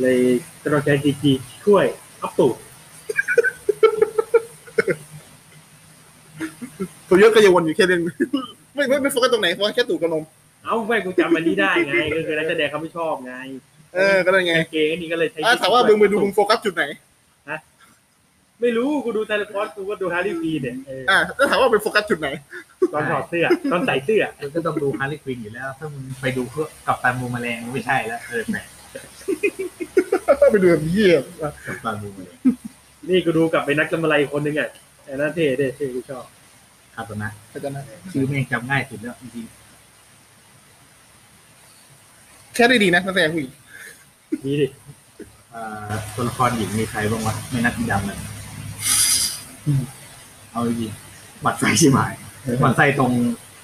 S4: เลยกระจายจีจีช่วยอัพตูด
S2: [LAUGHS] ตัวยศก็ยังวนอยู่แค่เรื่องไม่ไม่ไม่โฟกัสตรงไหนโฟกัสแค่ตูดกับนม
S3: เ
S4: เอ้าไม่กูจำอันนี้ได้ไงก็คือนักแสดงเขาไม่ชอบไง
S2: เออก็เลยไง
S4: กางเกงอันนี้ก็เลยใช้
S2: อ่ะถามว่ามึงไปดูมึงโฟกัสจุดไหน
S4: ไม่รู้กูดูไทเลพอดกูก็ดูฮาร์รี่ฟีนเนี่ยเออ
S2: อ่ะแล้วถามว่าไปโฟกัสจุดไหน [LAUGHS]
S4: ตอนถอดเสื้อ ตอนใส่เสื้อ
S3: มึงก็ต้องดูฮาร์ลีควินอยู่แล้ว ถ้ามึงไปดูเพื่อกับตันมูแมลงไม่ใช่แล้วเออแหม
S2: ไปดูแบบเยี่ยมอ่ะ
S3: กับตันมูแมลง
S4: นี่กูดูกลับไปนักจำอะไรคนหนึ่งอ่ะไอ้นั่นเท่เด้เท่กูชอบ
S3: คาตนะ
S2: อาจารย์นะ
S3: ชื่อแม่งจำง่ายสุดแล้วจริง
S2: แค่ได้ดีนะนักแสดงผู้หญิง
S4: นี่ดิ
S3: ๆเอ่อตัวละครหญิงมีใครบ้างวะไม่นับดำเลยอืมเอาจริงหมัดไส้ใช่ไหมหมัดไส้ตรง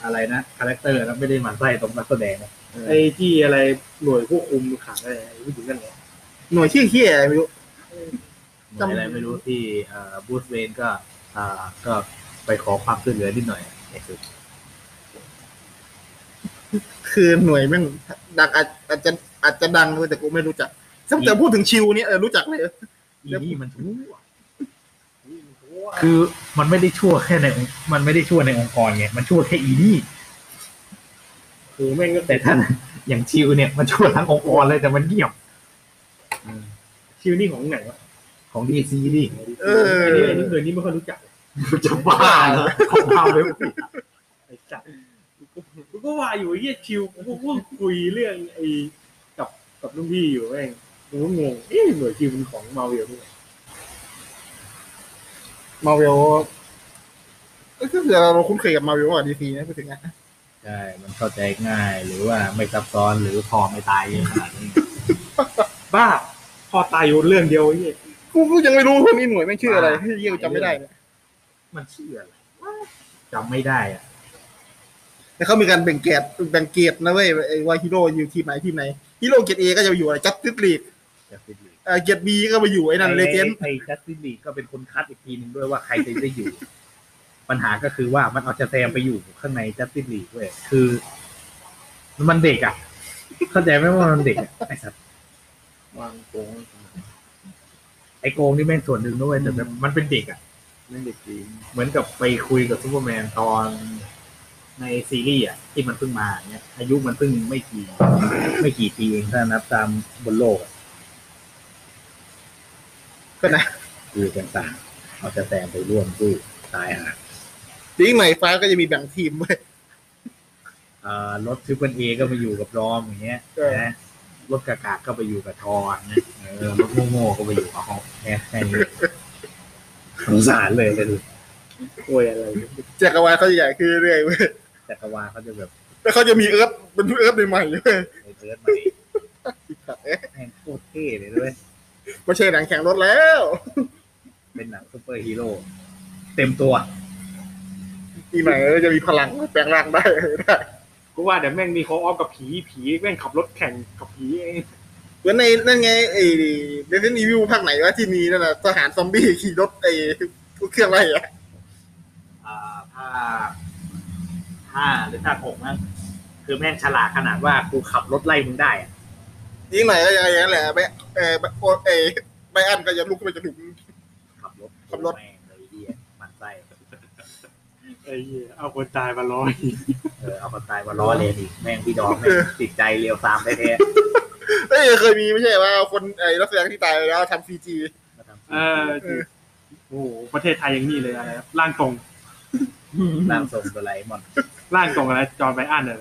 S3: อะไรนะคาแรคเตอร์นะไม่ได้หมัดไส้ตรงนักแสดงนะ
S4: ไอ้ที่อะไรหน่วยควบคุมขังอะไรไอ้ผู้หญิงนั่นไง
S2: หน่วยชื่อเฮียอะไรไม่รู้
S3: เหมือนอะไรไม่รู้ที่เอ่อบูธเวนก็เอ่อก็ไปขอความช่วยเหลือนิดหน่อยไอ้สุด
S2: คือหน่วยแม่งดังอาจอาจจะอาจจะดังเลยแต่กูไม่รู้จักถ้าแต่พูดถึงชิวเนี่ยเออรู้จักเลยเออ
S3: อีนี่มันชั่วคือมันไม่ได้ชั่วแค่ในองค์มันไม่ได้ชั่วในองค์กรไง มันชั่วแค่อีนี่
S4: คือแม่งก็
S3: แต่
S4: แต่
S3: ท่านอย่างชิวเนี่ย มันชั่วทั้งองค์กรเลยแต่มันเงียบ
S4: คิวนี่ของไหนวะ
S3: ของดีซีดิ
S2: เอ
S4: อัน
S2: อ
S4: นี้อันนี้เคยนี่ไม่ค่อยรู้จักเลย
S3: จะบ้าเหรอของเราเลย
S4: ไอ้สัตว์กูก็ว่าอยู่ไอ้เหี้ยชิวกูก็คุยเรื่องไอ้กับกับรุ่นพี่อยู่แม่งกูก็งงเอ๊ะหน่วยชิวมันของมาเวลด้วย
S2: มาเวลก็คือเราคุ้นเคยกับมาเวลอ่ะดีซีนะพูดถึงนะ
S3: ใช่ มันเข้าใจง่าย หรือว่าไม่ซับซ้อนหรือพอไม่ตายเยอะขนาดนี้
S4: บ้าพอตายอยู่เรื่องเดียวไอ้เหี้ย
S2: กูกูยังไม่รู้คนนี้หน่วยแม่งชื่ออะไรเฮียกูจำไม่ได้เนี่ย
S3: มันเชื่ออะไรวะจำไม่ได้อะ
S2: แต่เขามีการแบ่งเกรดแบ่งเกรดนะเว้ยไอ้ว่าฮีโร่อยู่ทีมไหนทีมไหนฮีโร่เกรดเอก็จะอยู่อะไรจัดติสลีก
S3: จัสติลี
S2: เออเกรดบีก็ไปอยู่ไอ้นั่นเลเจน
S3: ไอ้จัสติลีก็เป็นคนคัดอีกทีหนึ่งด้วยว่าใครจะได้อยู่ ปัญหาก็คือว่ามันเอาจะแซมไปอยู่ข้างในจัสติลีเว้ยคือ มันเด็กอ่ะ เข้าใจไหมว่ามันเด็กอะไอ้สัตว์
S7: วางโกง
S3: ไอโกงนี่แม่งส่วนหนึ่งด้วยแต่แบบมันเป็นเด็กอ่ะ
S7: เล่นเด็กดี
S3: เหมือนกับไปคุยกับซูเปอร์แมนตอนในซีรีส์อ่ะ ที่มันเพิ่งมาเนี่ยอายุมันเพิ่งไม่กี่ ไม่กี่ปีเองถ้านับตามบนโลกอะ
S2: ก็นะ
S3: คือกันต่างเอาจะแซมไปร่วมด้วยตายห่า
S2: ทีมใหม่ฟ้าก็จะมีแบ่งทีมเว้ย
S3: เอ่อรถทิปเปิลเอก็มาอยู่กับรอมอย่างเงี้ย
S2: เออ
S3: นะรถกากาก็ไปอยู่กับทอนนะเออรถโง่ๆก็ไปอยู่กับฮอกเนี่ยแค่นี้สงสารเลยเลยดู
S4: โวยอะไร
S2: จักรวาลเขาจะใหญ่ขึ้นเรื่อยๆเว้ย
S3: จักรวาลเขาจะแบบ
S2: แล้วเขาจะมีเอิร์ธเป็นเอิร์ธใหม่ๆเว้ย
S3: ไปเทิร์ดใหม่แม่งโคตรเท่เลยด้วย
S2: ไม่ใช่หนังแข่งรถแล้ว
S3: เป็นหนังซูเปอร์ฮีโร่เต็มตัว
S2: ทีมไหนก็จะมีพลังแปลงร่างได้ได้
S4: กูว่าเดี๋ยวแม่งมีโคออฟกับผีผีแม่งขับรถแข่งกับผีไอ้
S2: เหมือนในนั่นไงไอ้เรนนี่วิวภาคไหนวะที่มีนั่นน่ะทหารซอมบี้ขี่รถไอ้เครื่องไรอะ
S3: อ่าภาคห้าหรือภาคหกนั่นคือแม่งฉลาดขนาดว่ากูขับรถไล่มึงได้อะ
S2: ทีมไหนก็อย่างนั้นแหละไปเออไปโอเอไบอันก็จะลุกขึ้นไปจะถึง
S3: ขับรถ
S2: ขับรถ
S3: แม่งเลยเหียมันไส้
S4: ไอ้เหี้ยเอาคนตายมาร้อย
S3: เออเอาคนตายมาล้อเลนอีกแม่งพี่ดอมแม่งติดใจเรียวตามได้แท้
S2: เอ้ยเคยมีไม่ใช่ว่าคนไอ้นักแสดงที่ตายไปแล้วทำซีจี
S3: ๆมาทำ
S4: เออโอ้โหประเทศไทยอย่างนี้เลยอะไรนะร่างทรง
S3: ร่างทรงตัวไรมอน
S4: ร่างทรงอะไรจอห์นไบรอันเนี่ย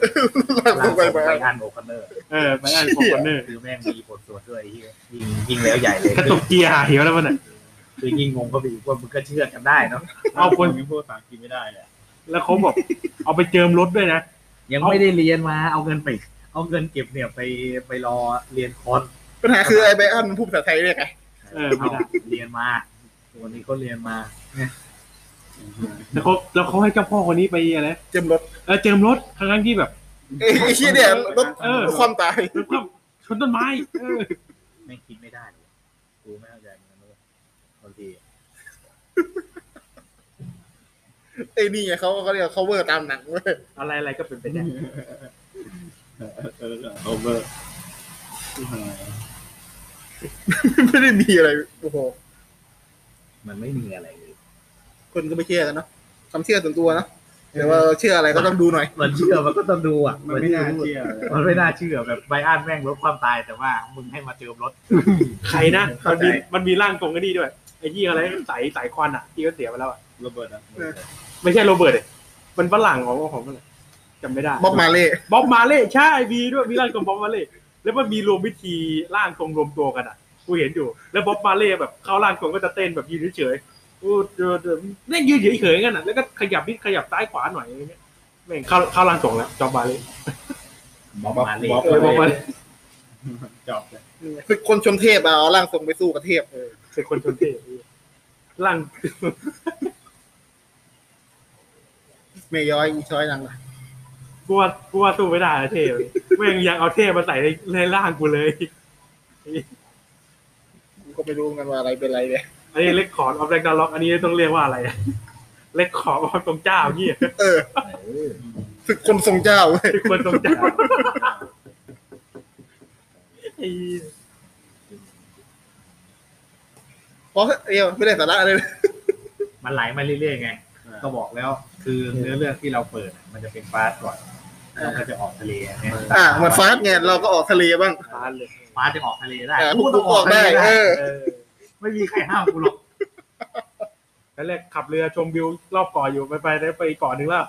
S2: ล่าง
S3: ร่างท
S2: ล
S3: รง ง
S2: ไป
S3: ไป
S2: ไป
S3: อันโอคอนเนอร์
S4: เออไบรอันโคอร์เนอร์
S3: คือแม่งมีบทสวดด้วยไอ้เหียยิงยิงแล้วใหญ่เลย
S4: กระตุกเกียร์หาเหวแล้วมันอ่ะ
S3: คือยิงงงเข้าไปอีกว่ามึงก็เชื่อกันได้เนาะ
S4: เอาคน
S3: มึงพูดภาษาอังกฤษไม่ได้เลย
S4: แล้วเขาบอก [LAUGHS] เอาไปเจิมรถด้วยนะ
S3: ยังไม่ได้เรียนมา เอาเงินไป เอาเงินเก็บเนี่ยไปไปรอเรียนคอร์ส
S2: ปัญหาคือไอ้ไบอันมันพูดภาษาไทยเรียกไง
S4: เออไม่
S3: เอา
S4: ได้
S3: เรียนมาวันนี้เขาเรียนมา
S4: แล้วเขาแล้วเขาให้เจ้าพ่อคนนี้ไปอะไรนะ
S2: เจิมรถ
S4: เออเจิมรถทั้งๆที่แบบ
S2: ไอ้ไอ้เชี่ยเนี่ยรถรถความตาย
S4: แล้วก็ชนต้นไม้เออ
S3: ไม่งคิดไม่ได้เลยกูไม่เข้าใจเหมือนกันว่าบางที
S2: ไอ้นี่ไงเขาเขาเรียก cover ตามหนังเว้ย
S4: อะไรอะไรก็เป็นไปได้
S7: เออ
S1: 呃
S7: โอเวอร์
S2: ไม่ได้มีอะไรโอ้โห
S3: มันไม่มีอะไรเลย
S2: คนก็ไม่เชื่อกันเนาะความเชื่อส่วนตัวเนาะ หรือว่าเชื่ออะไรก็ต้องดูหน่อย
S3: มันเชื่อมันก็ต้องดูอ่ะ
S1: มันไม่น่าเชื่อเลย
S3: มันไม่น่าเชื่อแบบไบอันแม่งลดความตายแต่ว่ามึงให้มาเจิมรถ
S4: ใครนะมั
S2: เข้านใจ
S4: มีมันมีร่างตรงกันนี่ด้วย ไอ้ยี่อะไรสายสายควันอ่ะที่เขาเสียไปแล้วอะ
S1: ระเบิดอะ
S4: ไม่ใช่โรเบิร์ตเลยมันฝรั่งของของมันจำไม่ได้
S2: บ๊อบมาเล่
S4: บ๊อบมาเล่ใช่มีด้วยมีร่างทรงบ๊อบมาเล่แล้วมันมีรวมพิธีร่างทรงรวมตัวกันอ่ะกูเห็นอยู่ แล้วบ๊อบมาเล่แบบเข้าร่างทรงก็จะเต้นแบบยืนเฉยๆอู้เดอเดอเล่นยืนเฉยๆกันอ่ะแล้วก็ขยับนิดขยับซ้ายขวาหน่อยอย่างเงี้ยแม่งเข้าเข้าร่างทรงแล้วจอบมาเล่
S7: บ๊อบมาเล่
S1: บ๊อบ
S4: เออบ๊อบมาเล่
S1: จอบเลย
S2: เป็นคนชนเทพอะเอาร่างทรงไปสู้กับเทพ
S4: เป็นคนชนเท่ร่าง [LAUGHS]
S2: เมย้อยอีช้อยนางละ
S4: กูว่ากูว่าสู้ไม่ได้นะเท่แม่งยังเอาเท่มาใส่ในในร่างกูเลย
S2: กูก็ไม่รู้เหมือนกันว่าอะไรเป็นอะไรเนี่ย
S4: อันนี้เล็กขอร์ดออฟแรงดาล็อกอันนี้ต้องเรียกว่าอะไรเล็กขอร์ดออฟตรงเจ้าเงี้ย
S2: เออศึกคนทรงเจ้าเว้ย
S4: เป็นคนตรงเจ้า ไอ้
S2: เพราะเอวไม่ได้สาระอะไรเลย
S3: มันไหลมาเรื่อยๆไง ก็บอกแล้วคือเนื้อเรื่องที่เราเปิดอะมันจะเป็นฟาสต์ก่อน แล้วก็จะออกทะเลเนี่ย
S2: อ่ะเหมือนฟาสต์ไงเราก็ออกทะเลบ้าง
S4: ตานเลย
S3: ฟาสต์จะออกทะเลได้
S2: อ่ะ
S3: กูก็ต้องออกทะเล
S2: ออกได้
S3: ได้
S2: เออ
S3: เออไม่มีใครห้ามกูหรอก
S4: แล้วแรกขับเรือชมวิวรอบเกาะอยู่ไปไปได้ไปอีกเกาะหนึ่งแล้ว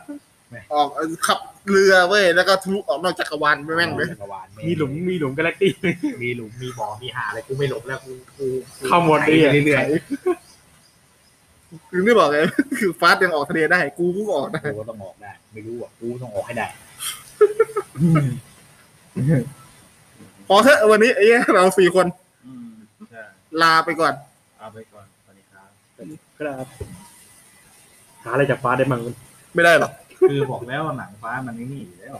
S2: ออกขับเรือเว้ยแล้วก็ทะลุออกนอกจักรวาลไปแม่งเลย
S3: จักรวาล
S4: มีหลุมมีหลุมกาแล็กตี้
S3: มีหลุมมีบ่อมีหาอะไรกูไม่หลบแล้วกูกูกู
S4: เข้าหมด
S3: ไป
S4: เลยอะ
S3: เรื่อย
S2: คือไม่บอกไง คือฟาสต์ยังอ [LAUGHS] อกทะเลได้ กูกูก็ออกได้
S3: ๆกูก็ต้องออกได้ไม่รู้อ่ะกูต้องออกให้ได้
S2: พอเถอะวันนี้ไอ้เหี้ยเราสี่คน
S1: อืมใช่
S2: ลาไปก่อน
S1: เอาไปก่อนสวัสดีครับ
S4: ครับหาอะไรจากฟ้าได้มั่ง
S2: ไม่ได้หรอก
S3: คือบอกแล้วหนังฟ้ามันไม่มีอยู่แล้ว